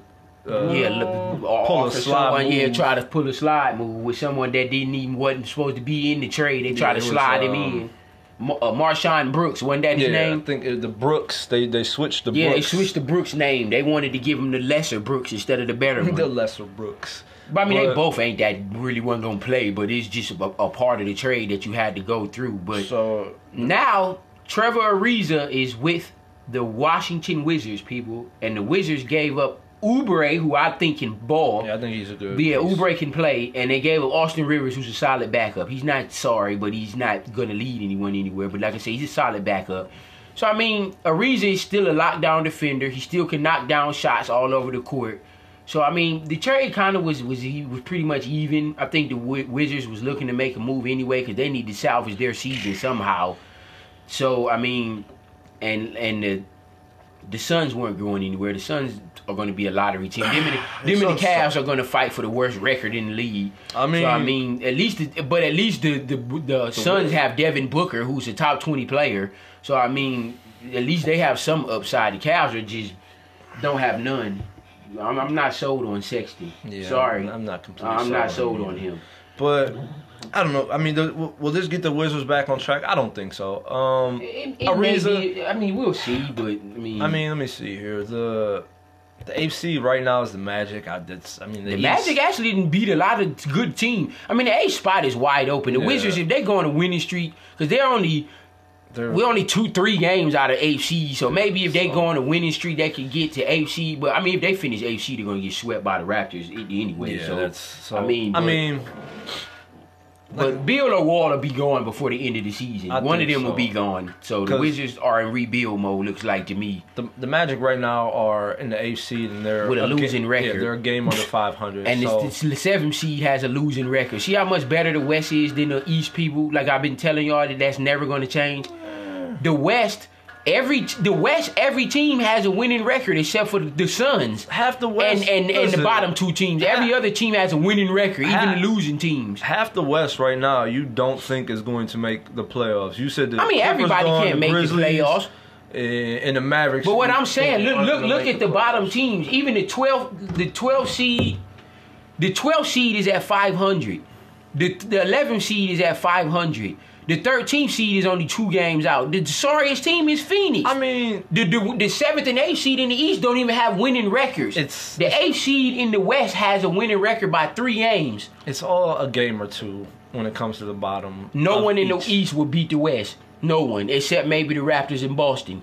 Speaker 1: Uh,
Speaker 2: yeah, look,
Speaker 1: pull a
Speaker 2: offer
Speaker 1: slide
Speaker 2: someone, Yeah,
Speaker 1: move.
Speaker 2: try to pull a slide move with someone that didn't even wasn't supposed to be in the trade. They try
Speaker 1: Yeah,
Speaker 2: to
Speaker 1: it was,
Speaker 2: slide him
Speaker 1: um,
Speaker 2: in. Ma- uh, Marshawn Brooks wasn't that his
Speaker 1: Yeah,
Speaker 2: name?
Speaker 1: I think it- the Brooks. They they switched the
Speaker 2: yeah,
Speaker 1: Brooks.
Speaker 2: they switched the Brooks name. They wanted to give him the lesser Brooks instead of the better one.
Speaker 1: the lesser Brooks.
Speaker 2: But I mean, they
Speaker 1: But-
Speaker 2: both ain't that really wasn't gonna play, but it's just a, a part of the trade that you had to go through. But
Speaker 1: So
Speaker 2: now Trevor Ariza is with the Washington Wizards, people, and the Wizards gave up Oubre, who I think can ball.
Speaker 1: yeah, I think he's a good.
Speaker 2: Yeah,
Speaker 1: piece.
Speaker 2: Oubre can play, and they gave up Austin Rivers, who's a solid backup. He's not sorry, but he's not gonna lead anyone anywhere. But like I say, he's a solid backup. So I mean, Ariza is still a lockdown defender. He still can knock down shots all over the court. So I mean, the trade kind of was was he was pretty much even. I think the Wi- Wizards was looking to make a move anyway because they need to salvage their season somehow. So I mean, and and the the Suns weren't going anywhere. The Suns are going to be a lottery team. Them and the,
Speaker 1: The
Speaker 2: them and the
Speaker 1: Suns
Speaker 2: Cavs are going to fight for the worst record in the league.
Speaker 1: I mean-
Speaker 2: so, I mean, at least, the, but at least the the, the Suns have Devin Booker, who's a top twenty player. So I mean, at least they have some upside. The Cavs are just don't have none. I'm, I'm not sold on Sexton.
Speaker 1: Yeah,
Speaker 2: Sorry,
Speaker 1: I'm- I'm not completely.
Speaker 2: I'm not
Speaker 1: sold
Speaker 2: sold on him.
Speaker 1: But I don't know. I mean, the, will- will this get the Wizards back on track? I don't think so. Um,
Speaker 2: It, it may
Speaker 1: Ariza-
Speaker 2: be- I mean, we'll see, but I mean,
Speaker 1: I mean, let me see here. The the AFC right now is the Magic. I that's I mean the,
Speaker 2: The
Speaker 1: East-
Speaker 2: Magic actually didn't beat a lot of good team. I mean, the A spot is wide open. The
Speaker 1: Yeah.
Speaker 2: Wizards, if they go on a winning streak, because they're only
Speaker 1: they're-
Speaker 2: we're only two, three games out of AFC. So maybe if they
Speaker 1: So-
Speaker 2: go on a winning streak, they could get to AFC. But I mean, if they finish AFC, they're gonna get swept by the Raptors i- anyway.
Speaker 1: yeah.
Speaker 2: so
Speaker 1: that's so.
Speaker 2: I mean,
Speaker 1: I
Speaker 2: but-
Speaker 1: mean,
Speaker 2: but Bill or Wall will be gone before the end of the season.
Speaker 1: I
Speaker 2: One of
Speaker 1: think
Speaker 2: them will
Speaker 1: so.
Speaker 2: be gone. So the
Speaker 1: 'Cause-
Speaker 2: Wizards are in rebuild mode. Looks like to me.
Speaker 1: the the Magic right now are in the AFC and they're
Speaker 2: With a
Speaker 1: ga-
Speaker 2: losing record.
Speaker 1: Yeah, they're a game under five hundred.
Speaker 2: And
Speaker 1: so,
Speaker 2: it's, it's, the seventh seed has a losing record. See how much better the West is than the East people. Like I've been telling y'all that that's never going to change. The West, every the West, every team has a winning record except for the Suns
Speaker 1: half the West
Speaker 2: and and, and the
Speaker 1: listen,
Speaker 2: bottom two teams. Every other team has a winning record, even the
Speaker 1: Ah.
Speaker 2: losing teams.
Speaker 1: Half the West right now, you don't think is going to make the playoffs. You said the
Speaker 2: I mean,
Speaker 1: Clippers
Speaker 2: everybody
Speaker 1: gone,
Speaker 2: can't make the
Speaker 1: Grizzlies,
Speaker 2: playoffs.
Speaker 1: and, and the Mavericks.
Speaker 2: But what I'm saying, look,
Speaker 1: aren't
Speaker 2: look,
Speaker 1: gonna
Speaker 2: look
Speaker 1: make
Speaker 2: at the bottom teams. Even the 12, the 12 seed, the 12 seed is at 500. The the 11 seed is at 500. The 13 seed is only two games out. The sorriest team is Phoenix.
Speaker 1: I mean,
Speaker 2: the, the the seventh and eighth seed in the East don't even have winning records.
Speaker 1: It's-
Speaker 2: the eighth seed in the West has a winning record by three games.
Speaker 1: It's all a game or two when it comes to the bottom.
Speaker 2: No
Speaker 1: of
Speaker 2: one in
Speaker 1: each.
Speaker 2: the East will beat the West. No one, except maybe the Raptors in Boston.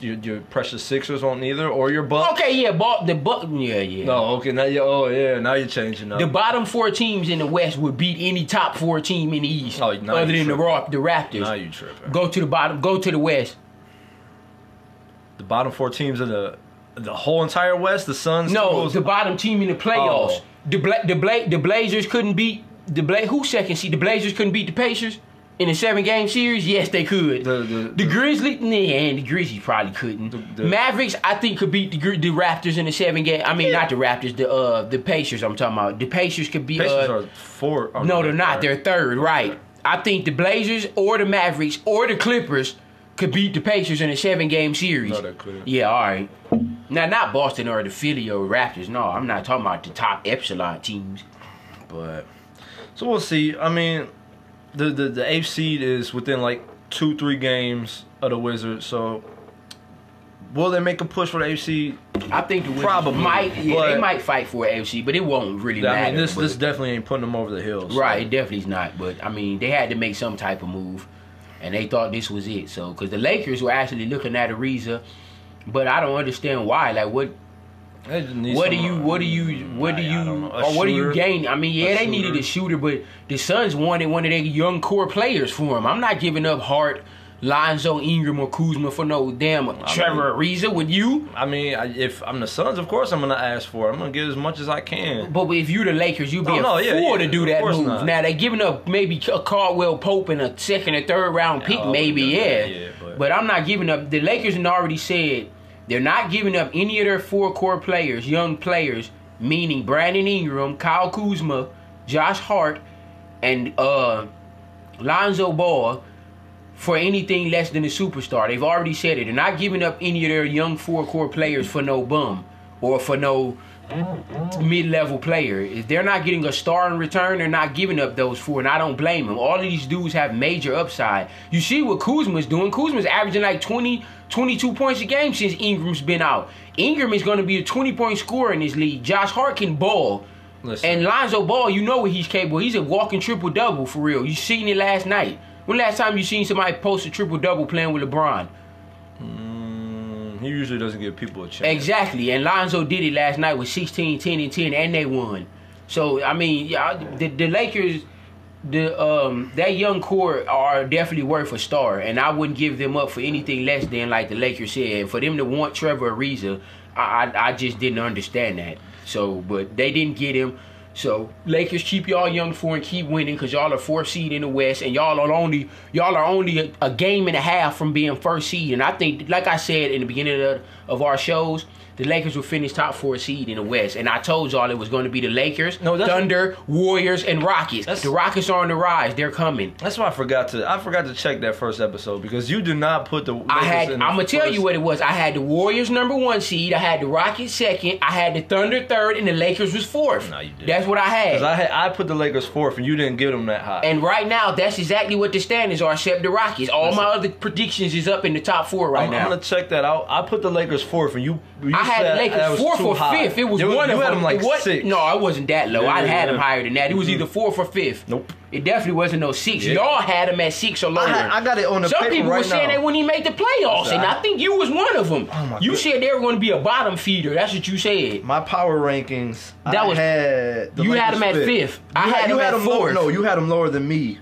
Speaker 1: Your, your precious Sixers won't either, or your Bucks.
Speaker 2: Okay, yeah, Ba- the but yeah, yeah.
Speaker 1: No, okay, now you. Oh yeah, now you're changing up.
Speaker 2: The bottom four teams in the West would beat any top four team in the East,
Speaker 1: Oh, now
Speaker 2: other
Speaker 1: you
Speaker 2: than the,
Speaker 1: tripping.
Speaker 2: Ra- the Raptors.
Speaker 1: now you tripping.
Speaker 2: Go to the bottom. Go to the West.
Speaker 1: The bottom four teams in the the whole entire West. The Suns.
Speaker 2: No,
Speaker 1: Bulls-
Speaker 2: the bottom team in the playoffs.
Speaker 1: Oh.
Speaker 2: The Bla- the Bla- the Blazers couldn't beat the Bla- who second seed. The Blazers couldn't beat the Pacers in a seven game series. Yes, they could.
Speaker 1: The- the- the-
Speaker 2: Grizzlies, nah, and the Grizzlies probably couldn't.
Speaker 1: The- the-
Speaker 2: Mavericks, I think could beat the, Gri- the Raptors in a seven game. I mean, not the Raptors. The uh the Pacers. I'm talking about the Pacers could beat.
Speaker 1: Pacers
Speaker 2: uh,
Speaker 1: are four. oh,
Speaker 2: No, they're not.
Speaker 1: right.
Speaker 2: They're third, right? I think the Blazers or the Mavericks or the Clippers could beat the Pacers in a seven-game series.
Speaker 1: No, they couldn't.
Speaker 2: Yeah, all right. Now, not Boston or the Philly or Raptors. No, I'm not talking about the top epsilon teams.
Speaker 1: But so we'll see. I mean, the the the eighth seed is within like two three games of the Wizards. So will they make a push for the eighth seed?
Speaker 2: I think the Wizards
Speaker 1: Probably,
Speaker 2: might. Yeah, they
Speaker 1: but-
Speaker 2: might fight for AFC, but it won't really matter.
Speaker 1: I mean, this
Speaker 2: but-
Speaker 1: this definitely ain't putting them over the hill. so-
Speaker 2: Right, it definitely is not. But I mean, they had to make some type of move, and they thought this was it. So, because the Lakers were actually looking at Ariza, But I don't understand why. Like what
Speaker 1: They just need
Speaker 2: what do
Speaker 1: some,
Speaker 2: you
Speaker 1: uh,
Speaker 2: what do you what do
Speaker 1: I- I don't
Speaker 2: you
Speaker 1: know, a
Speaker 2: or what do you
Speaker 1: shooter.
Speaker 2: gain? I mean, yeah,
Speaker 1: A
Speaker 2: they needed
Speaker 1: shooter.
Speaker 2: a shooter, but the Suns wanted one of their young core players for him. I'm not giving up Hart, Lonzo Ingram, or Kuzma for no damn Trevor Ariza with you.
Speaker 1: I mean, I, if I'm the Suns, of course I'm gonna ask for. it. I'm gonna get as much as I can.
Speaker 2: But if you the Lakers, you'd be
Speaker 1: Oh,
Speaker 2: a
Speaker 1: no,
Speaker 2: fool
Speaker 1: yeah, yeah,
Speaker 2: to do
Speaker 1: of
Speaker 2: that
Speaker 1: course
Speaker 2: move.
Speaker 1: not.
Speaker 2: Now they giving up maybe a Caldwell Pope and a second or third round
Speaker 1: I
Speaker 2: pick,
Speaker 1: wouldn't
Speaker 2: maybe
Speaker 1: do
Speaker 2: yeah.
Speaker 1: that, yeah,
Speaker 2: but.
Speaker 1: but-
Speaker 2: I'm not giving up. The Lakers had already said they're not giving up any of their four core players, young players, meaning Brandon Ingram, Kyle Kuzma, Josh Hart, and uh, Lonzo Ball for anything less than a superstar. They've already said it. They're not giving up any of their young four core players for no bum or for no mid level player. If they're not getting a star in return, they're not giving up those four, and I don't blame them. All of these dudes have major upside. You see what Kuzma's doing. Kuzma's averaging like 20, 22 points a game since Ingram's been out. Ingram is going to be a 20 point scorer in this league. Josh Hart can ball.
Speaker 1: Listen.
Speaker 2: And Lonzo Ball, you know what he's capable. He's a walking triple double for real. You seen it last night. When last time you seen somebody post a triple double playing with LeBron?
Speaker 1: Mm, he usually doesn't give people a chance.
Speaker 2: Exactly, and Lonzo did it last night with 16, 10, and 10, and they won. So I mean, yeah, I- the the Lakers, the um that young core are definitely worth a star, and I wouldn't give them up for anything less than like the Lakers said. For them to want Trevor Ariza, I I, I just didn't understand that. So, but they didn't get him. So Lakers keep y'all young for and keep winning because y'all are fourth seed in the West and y'all are only y'all are only a, a game and a half from being first seed. And I think, like I said in the beginning of, of our shows, the Lakers will finish top four seed in the West. And I told y'all it was going to be the Lakers,
Speaker 1: No, that's-
Speaker 2: Thunder, Warriors, and Rockets.
Speaker 1: That's-
Speaker 2: The Rockets are on the rise. They're coming.
Speaker 1: That's why I forgot to I forgot to check that first episode because you did not put the.
Speaker 2: I had.
Speaker 1: I'm
Speaker 2: I'm gonna tell you what it was. I had the Warriors number one seed. I had the Rockets second. I had the Thunder third, and the Lakers was fourth.
Speaker 1: No, you didn't.
Speaker 2: That's what I had.
Speaker 1: Because I had I put the Lakers fourth and you didn't get them that high.
Speaker 2: And right now, that's exactly what the standings are, except the Rockies. All my other predictions is up in the top four right
Speaker 1: I'm,
Speaker 2: now.
Speaker 1: I'm gonna check that out. I put the Lakers fourth, and you. you
Speaker 2: I had
Speaker 1: said
Speaker 2: the
Speaker 1: that
Speaker 2: Lakers
Speaker 1: was
Speaker 2: fourth
Speaker 1: too
Speaker 2: or
Speaker 1: high.
Speaker 2: fifth. It was
Speaker 1: You-
Speaker 2: one
Speaker 1: you
Speaker 2: of
Speaker 1: had
Speaker 2: them.
Speaker 1: them like
Speaker 2: It wa-
Speaker 1: six.
Speaker 2: No, it wasn't that low. I
Speaker 1: Yeah,
Speaker 2: had
Speaker 1: yeah.
Speaker 2: them
Speaker 1: Mm-hmm.
Speaker 2: higher than that. It was either fourth or fifth.
Speaker 1: Nope.
Speaker 2: It definitely wasn't no six.
Speaker 1: Yeah.
Speaker 2: Y'all had them at six or lower.
Speaker 1: I had- I got it on the
Speaker 2: Some
Speaker 1: paper
Speaker 2: people were
Speaker 1: right
Speaker 2: saying
Speaker 1: now.
Speaker 2: they wouldn't even make the playoffs,
Speaker 1: Listen,
Speaker 2: and
Speaker 1: I-
Speaker 2: I think you was one of them.
Speaker 1: Oh my
Speaker 2: you
Speaker 1: God.
Speaker 2: said they were going to be a bottom feeder. That's what you said.
Speaker 1: My power rankings.
Speaker 2: That
Speaker 1: I
Speaker 2: was-
Speaker 1: had the
Speaker 2: you had
Speaker 1: Lakers
Speaker 2: them at fifth. I
Speaker 1: You
Speaker 2: had
Speaker 1: you
Speaker 2: them at
Speaker 1: lower-
Speaker 2: fourth.
Speaker 1: No, you had them lower than me.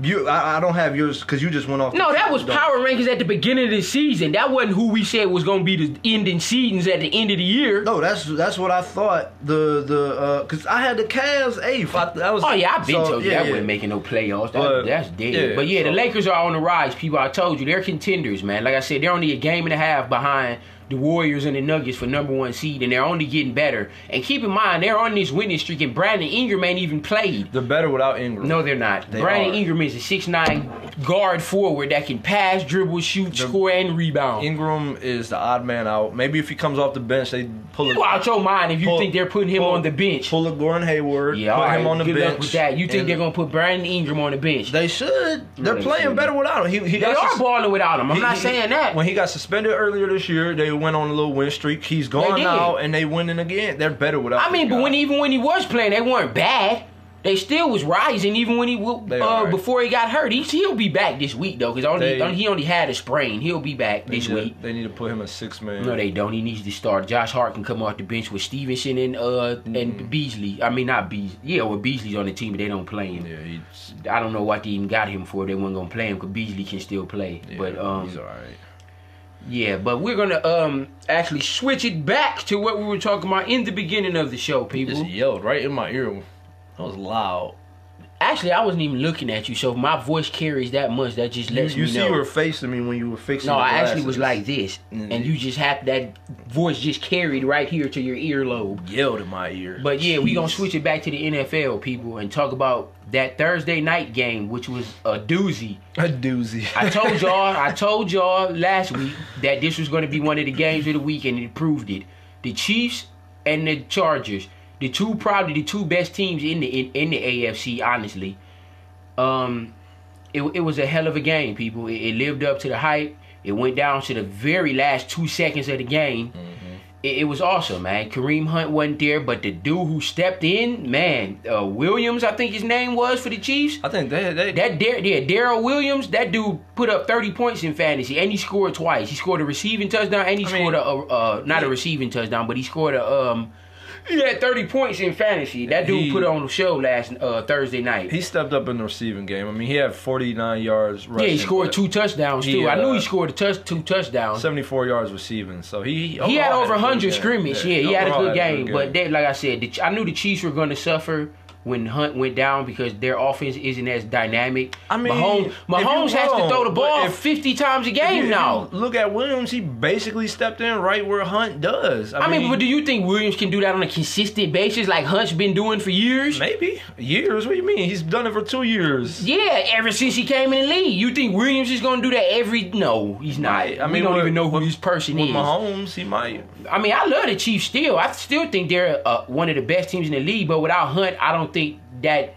Speaker 1: You, I, I don't have yours because you just went off.
Speaker 2: No,
Speaker 1: the
Speaker 2: that was
Speaker 1: Don't-
Speaker 2: power rankings at the beginning of the season. That wasn't who we said was going to be the ending seasons at the end of the year.
Speaker 1: No, that's that's what I thought. The the because I had the Cavs eighth. I, that was.
Speaker 2: Oh yeah, I've been
Speaker 1: so,
Speaker 2: told you
Speaker 1: yeah,
Speaker 2: that
Speaker 1: yeah.
Speaker 2: wasn't making no playoffs. That,
Speaker 1: But,
Speaker 2: that's dead.
Speaker 1: yeah,
Speaker 2: but yeah, the
Speaker 1: so-
Speaker 2: Lakers are on the rise, people. I told you they're contenders, man. Like I said, they're only a game and a half behind the Warriors and the Nuggets for number one seed, and they're only getting better. And keep in mind, they're on this winning streak, and Brandon Ingram ain't even played.
Speaker 1: They're better without Ingram.
Speaker 2: No, they're not.
Speaker 1: They
Speaker 2: Brandon
Speaker 1: are.
Speaker 2: Ingram is a six nine guard forward that can pass, dribble, shoot, score, and rebound.
Speaker 1: Ingram is the odd man out. Maybe if he comes off the bench, they pull
Speaker 2: you out your mind if you
Speaker 1: pull-
Speaker 2: think they're putting him
Speaker 1: pull-
Speaker 2: on the bench.
Speaker 1: Pull a Gordon Hayward.
Speaker 2: yeah,
Speaker 1: put
Speaker 2: all right.
Speaker 1: him on the
Speaker 2: Good
Speaker 1: bench.
Speaker 2: luck with that. You think
Speaker 1: and-
Speaker 2: they're gonna put Brandon Ingram on the bench?
Speaker 1: They should. They're playing
Speaker 2: they shouldn't.
Speaker 1: better without him. He, he
Speaker 2: They
Speaker 1: got
Speaker 2: are
Speaker 1: sus-
Speaker 2: balling without him. I'm
Speaker 1: he-
Speaker 2: not
Speaker 1: he-
Speaker 2: saying that.
Speaker 1: When he got suspended earlier this year, they went on a little win streak. He's gone
Speaker 2: did.
Speaker 1: now, and they winning again. They're better without.
Speaker 2: I mean,
Speaker 1: this
Speaker 2: but when
Speaker 1: guy.
Speaker 2: even when he was playing, they weren't bad. They still was rising, even when he wa-
Speaker 1: They
Speaker 2: uh,
Speaker 1: alright.
Speaker 2: before he got hurt. He, he'll be back this week though, because only
Speaker 1: They-
Speaker 2: he only had a sprain. He'll be back
Speaker 1: they
Speaker 2: this
Speaker 1: need, to,
Speaker 2: week.
Speaker 1: they need to put him a six man.
Speaker 2: No, they don't. He needs to start. Josh Hart can come off the bench with Stevenson and uh
Speaker 1: Mm.
Speaker 2: and Beasley. I mean, not Beasley. Yeah, well Beasley's on the team, but they don't play him.
Speaker 1: Yeah, he's
Speaker 2: I don't know what they even got him for. They weren't gonna play him because Beasley can still play.
Speaker 1: yeah,
Speaker 2: but um,
Speaker 1: he's all right.
Speaker 2: yeah, but we're gonna um actually switch it back to what we were talking about in the beginning of the show, people.
Speaker 1: Just yelled right in my ear. That was loud.
Speaker 2: Actually, I wasn't even looking at you, so if my voice carries that much. That just
Speaker 1: You,
Speaker 2: lets
Speaker 1: you
Speaker 2: me
Speaker 1: see,
Speaker 2: know.
Speaker 1: you were facing me when you were fixing.
Speaker 2: no,
Speaker 1: the
Speaker 2: I actually was like
Speaker 1: glasses.
Speaker 2: this,
Speaker 1: Mm.
Speaker 2: and you just have that voice just carried right here to your earlobe.
Speaker 1: yelled in my ear.
Speaker 2: But yeah, we gonna
Speaker 1: Jeez.
Speaker 2: switch it back to the NFL, people, and talk about that Thursday night game, which was a doozy.
Speaker 1: a doozy.
Speaker 2: I told y'all, I told y'all last week that this was going to be one of the games of the week, and it proved it. The Chiefs and the Chargers, the two probably the two best teams in the in, in the AFC, honestly. Um, it it was a hell of a game, people. It, it lived up to the hype. It went down to the very last two seconds of the game, it, it was awesome, man. Kareem Hunt wasn't there, but the dude who stepped in, man, uh, Williams, I think his name was for the Chiefs.
Speaker 1: I think they they
Speaker 2: That Dar- yeah, Daryl Williams, that dude put up 30 points in fantasy, and he scored twice. He scored a receiving touchdown, and he
Speaker 1: I mean-
Speaker 2: scored a, a uh, not a receiving touchdown, but he scored a um. He had 30 points in fantasy. That dude
Speaker 1: He-
Speaker 2: put on the show last uh, Thursday night.
Speaker 1: he stepped up in the receiving game. I mean, he had 49 yards rushing.
Speaker 2: yeah, he scored
Speaker 1: but
Speaker 2: two touchdowns
Speaker 1: he,
Speaker 2: too. I knew
Speaker 1: uh,
Speaker 2: he scored a touch, two touchdowns.
Speaker 1: 74 yards receiving. So he
Speaker 2: he had
Speaker 1: overall
Speaker 2: over
Speaker 1: a good
Speaker 2: 100
Speaker 1: game.
Speaker 2: scrimmage. Yeah, he had a
Speaker 1: overall
Speaker 2: good game. But
Speaker 1: game.
Speaker 2: they, like I said, the, Ch- I knew the Chiefs were going to suffer when Hunt went down because their offense isn't as dynamic.
Speaker 1: I mean, if
Speaker 2: Mahomes,
Speaker 1: you
Speaker 2: Mahomes has to
Speaker 1: wrong,
Speaker 2: throw the
Speaker 1: but
Speaker 2: ball
Speaker 1: if-
Speaker 2: 50 times a
Speaker 1: If you-
Speaker 2: game
Speaker 1: if you
Speaker 2: now.
Speaker 1: Look at Williams. He basically stepped in right where Hunt does. I,
Speaker 2: I mean, but do you think Williams can do that on a consistent basis like Hunt's been doing for years?
Speaker 1: maybe years. What do you mean? He's done it for two years.
Speaker 2: Yeah, ever since he came in the league. You think Williams is going to do that every. No, he's not.
Speaker 1: Right. I
Speaker 2: we
Speaker 1: mean,
Speaker 2: don't
Speaker 1: with-
Speaker 2: even know who this person
Speaker 1: With
Speaker 2: is.
Speaker 1: Mahomes, he might.
Speaker 2: I mean, I love the Chiefs still. I still think they're uh, one of the best teams in the league. But without Hunt, I don't think that.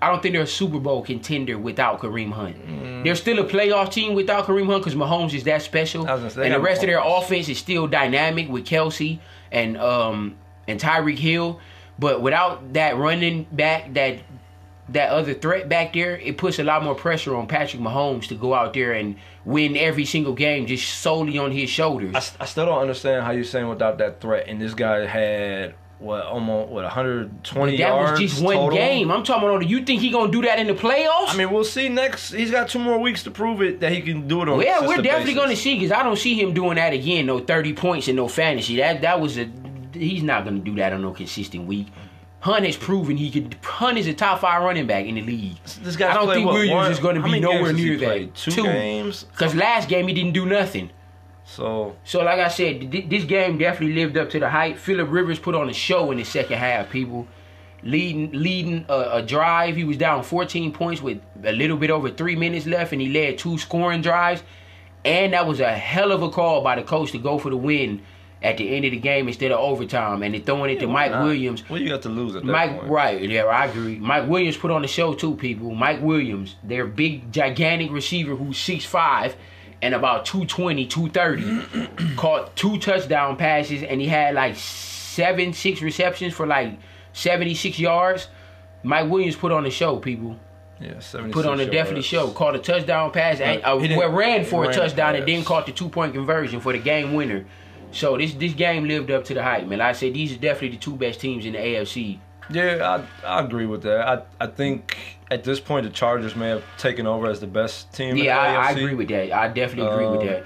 Speaker 2: I don't think they're a Super Bowl contender without Kareem Hunt.
Speaker 1: Mm.
Speaker 2: They're still a playoff team without Kareem Hunt because Mahomes is that special,
Speaker 1: I was gonna say, they
Speaker 2: and the
Speaker 1: got
Speaker 2: rest of their
Speaker 1: Mahomes.
Speaker 2: offense is still dynamic with Kelsey and um and Tyreek Hill. But without that running back, that that other threat back there, it puts a lot more pressure on Patrick Mahomes to go out there and win every single game just solely on his shoulders.
Speaker 1: I, I still don't understand how you're saying without that threat. And this guy had what almost what 120
Speaker 2: That
Speaker 1: yards
Speaker 2: was just one
Speaker 1: total?
Speaker 2: game. I'm talking about. You think he gonna do that in the playoffs?
Speaker 1: I mean, we'll see next. He's got two more weeks to prove it that he can do it on. a
Speaker 2: yeah, we're
Speaker 1: consistent
Speaker 2: definitely
Speaker 1: basis.
Speaker 2: gonna see because I don't see him doing that again. No 30 points and no fantasy. That that was a. He's not gonna do that on no consistent week. Hunt has proven he could. Hunt is a top five running back in the league.
Speaker 1: This guy's
Speaker 2: I don't
Speaker 1: played,
Speaker 2: think
Speaker 1: what,
Speaker 2: Williams
Speaker 1: one-
Speaker 2: is gonna
Speaker 1: how
Speaker 2: be
Speaker 1: many games
Speaker 2: nowhere
Speaker 1: has he
Speaker 2: near that.
Speaker 1: played? Two games?
Speaker 2: Because last game he didn't do nothing.
Speaker 1: So
Speaker 2: So like I said, th- this game definitely lived up to the hype. Phillip Rivers put on a show in the second half, people. Leading, leading a, a drive, he was down 14 points with a little bit over three minutes left, and he led two scoring drives. And that was a hell of a call by the coach to go for the win at the end of the game instead of overtime, and then throwing it to Mike
Speaker 1: Nah,
Speaker 2: Williams.
Speaker 1: What you got to lose at that
Speaker 2: Mike,
Speaker 1: point?
Speaker 2: right? Yeah, I agree. Mike Williams put on the show too, people. Mike Williams, their big, gigantic receiver who's 6'5 and about 220, 230, caught two touchdown passes and he had like seven, six receptions for like 76 yards. Mike Williams put on the show, people.
Speaker 1: Yeah, 76
Speaker 2: Put on a definitely
Speaker 1: yards.
Speaker 2: show. Caught a touchdown pass and uh,
Speaker 1: He didn't-
Speaker 2: well, ran for a
Speaker 1: ran
Speaker 2: touchdown and
Speaker 1: pass.
Speaker 2: then caught the two point conversion for the game winner. So this this game lived up to the hype, man. Like I said these are definitely the two best teams in the AFC.
Speaker 1: Yeah, I, I agree with that. I I think at this point the Chargers may have taken over as the best team. in the
Speaker 2: Yeah, I, I
Speaker 1: AFC.
Speaker 2: agree with that. I definitely agree with
Speaker 1: Um,
Speaker 2: that.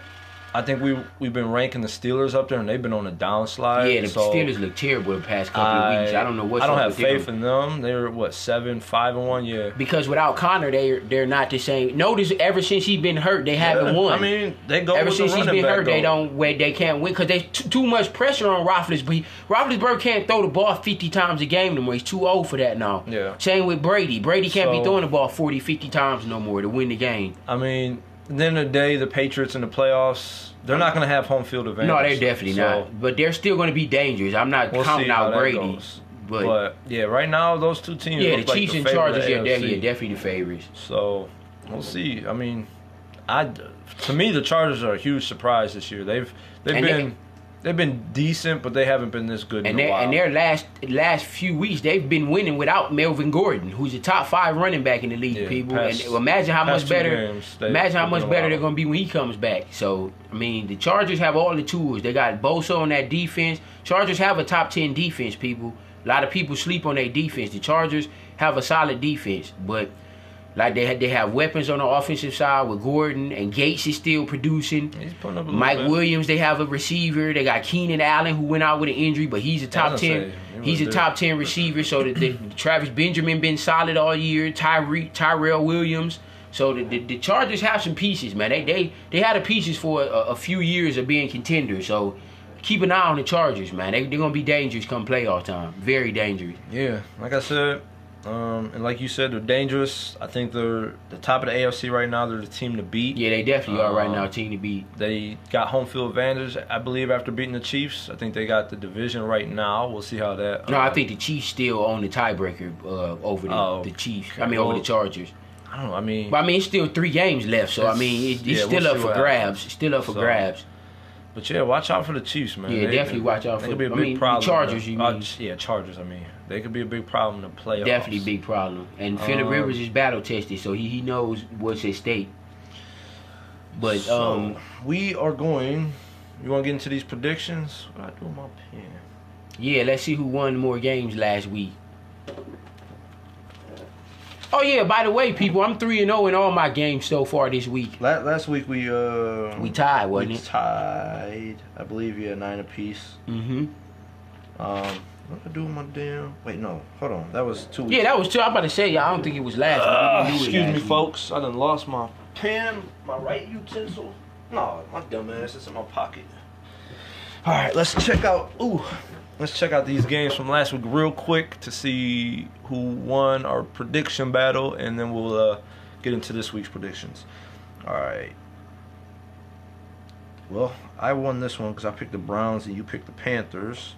Speaker 1: I think we we've been ranking the Steelers up there, and they've been on a downslide.
Speaker 2: Yeah, the
Speaker 1: Uh, so
Speaker 2: Steelers look terrible the past couple of weeks. I don't know what's
Speaker 1: I don't
Speaker 2: up
Speaker 1: have
Speaker 2: with
Speaker 1: faith
Speaker 2: them.
Speaker 1: in them. They're what seven, five, and one. Yeah.
Speaker 2: because without Connor, they they're not the same. Notice ever since he's been hurt, they haven't
Speaker 1: Yeah,
Speaker 2: won.
Speaker 1: I mean, they go
Speaker 2: ever
Speaker 1: with
Speaker 2: since
Speaker 1: the
Speaker 2: he's
Speaker 1: running
Speaker 2: been
Speaker 1: back,
Speaker 2: hurt,
Speaker 1: though.
Speaker 2: they don't wait. They can't win because there's too, too much pressure on Roethlisberger. Roethlisberger can't throw the ball 50 times a game no more. He's too old for that now.
Speaker 1: Yeah.
Speaker 2: Same with Brady. Brady can't be
Speaker 1: So-
Speaker 2: throwing the ball 40, 50 times no more to win the game.
Speaker 1: I mean, at the end of the day, the Patriots in the playoffs, they're not going to have home field advantage.
Speaker 2: No, they're definitely
Speaker 1: So,
Speaker 2: not. But they're still going to be dangerous. I'm not
Speaker 1: We'll see
Speaker 2: counting
Speaker 1: how
Speaker 2: out
Speaker 1: that
Speaker 2: Brady.
Speaker 1: goes.
Speaker 2: But,
Speaker 1: But, yeah, right now those two teams.
Speaker 2: yeah, the
Speaker 1: look like
Speaker 2: Chiefs and
Speaker 1: favorite
Speaker 2: Chargers, yeah,
Speaker 1: AFC.
Speaker 2: they're yeah, definitely the favorites.
Speaker 1: So we'll see. I mean, I to me the Chargers are a huge surprise this year. They've they've
Speaker 2: And they-
Speaker 1: been they, have been decent, but they haven't been this good in
Speaker 2: And
Speaker 1: a
Speaker 2: their
Speaker 1: while.
Speaker 2: and their last last few weeks, they've been winning without Melvin Gordon, who's a top five running back in the league.
Speaker 1: Yeah,
Speaker 2: people,
Speaker 1: past-
Speaker 2: and imagine how
Speaker 1: past
Speaker 2: much
Speaker 1: two
Speaker 2: better,
Speaker 1: games, they-
Speaker 2: imagine how
Speaker 1: they've
Speaker 2: much
Speaker 1: been
Speaker 2: better
Speaker 1: wild.
Speaker 2: they're gonna be when he comes back. So I mean, the Chargers have all the tools. They got Bosa on that defense. Chargers have a top ten defense. People, a lot of people sleep on their defense. The Chargers have a solid defense, but. Like they had, they have weapons on the offensive side with Gordon and Gates is still producing.
Speaker 1: He's putting up a little
Speaker 2: Mike
Speaker 1: bit.
Speaker 2: Williams, they have a receiver. They got Keenan Allen who went out with an injury, but he's a top
Speaker 1: gonna
Speaker 2: ten.
Speaker 1: say, he
Speaker 2: he's a
Speaker 1: was there.
Speaker 2: top ten receiver. So the, the Travis Benjamin been solid all year. Tyree Tyrell Williams. So the, the, the Chargers have some pieces, man. They they they had the pieces for a, a few years of being contenders. So keep an eye on the Chargers, man. They they're gonna be dangerous come playoff time. Very dangerous.
Speaker 1: Yeah, like I said, um, and like you said, they're dangerous. I think they're the top of the AFC right now. They're the team to beat.
Speaker 2: Yeah, they definitely are right now.
Speaker 1: Um,
Speaker 2: Team to beat.
Speaker 1: They got home field advantage, I believe, after beating the Chiefs. I think they got the division right now. We'll see how that.
Speaker 2: No,
Speaker 1: um,
Speaker 2: I think the Chiefs still own the tiebreaker uh, over the,
Speaker 1: Oh,
Speaker 2: the Chiefs. I
Speaker 1: okay.
Speaker 2: mean, over
Speaker 1: Well,
Speaker 2: the Chargers.
Speaker 1: I don't know. I mean,
Speaker 2: But I mean, it's still three games left, so I mean, it, it's
Speaker 1: Yeah,
Speaker 2: still
Speaker 1: we'll
Speaker 2: up
Speaker 1: see
Speaker 2: for
Speaker 1: what
Speaker 2: grabs.
Speaker 1: happens.
Speaker 2: It's still up for
Speaker 1: So-
Speaker 2: grabs.
Speaker 1: But yeah, watch out for the Chiefs, man.
Speaker 2: Yeah, definitely watch out
Speaker 1: they
Speaker 2: for-
Speaker 1: could be a
Speaker 2: I
Speaker 1: big
Speaker 2: mean, the
Speaker 1: problem.
Speaker 2: Chargers, you
Speaker 1: Uh,
Speaker 2: mean.
Speaker 1: yeah, Chargers. I mean, they could be a big problem to play.
Speaker 2: Definitely big problem. And Philip
Speaker 1: Um,
Speaker 2: Rivers is battle tested, so he, he knows what's at stake. But
Speaker 1: so,
Speaker 2: um,
Speaker 1: we are going. You want to get into these predictions? What I do with my pen?
Speaker 2: yeah, let's see who won more games last week. Oh yeah, by the way, people, I'm three and zero in all my games so far this week.
Speaker 1: Last, last week we uh
Speaker 2: We tied,
Speaker 1: we
Speaker 2: wasn't it?
Speaker 1: tied. I believe yeah, nine apiece.
Speaker 2: Mm-hmm.
Speaker 1: Um, what did I do with my damn? Wait, no, hold on. That was two.
Speaker 2: Yeah, that was two. I'm about to say, yeah, I don't think it was last.
Speaker 1: Ah,
Speaker 2: week. We didn't do it
Speaker 1: excuse
Speaker 2: last
Speaker 1: me,
Speaker 2: week.
Speaker 1: folks. I done lost my pen, my right utensil. No, my dumb ass. It's in my pocket. All right, let's check out. Ooh, let's check out these games from last week real quick to see who won our prediction battle, and then we'll uh, get into this week's predictions. All right. Well, I won this one because I picked the Browns and you picked the Panthers.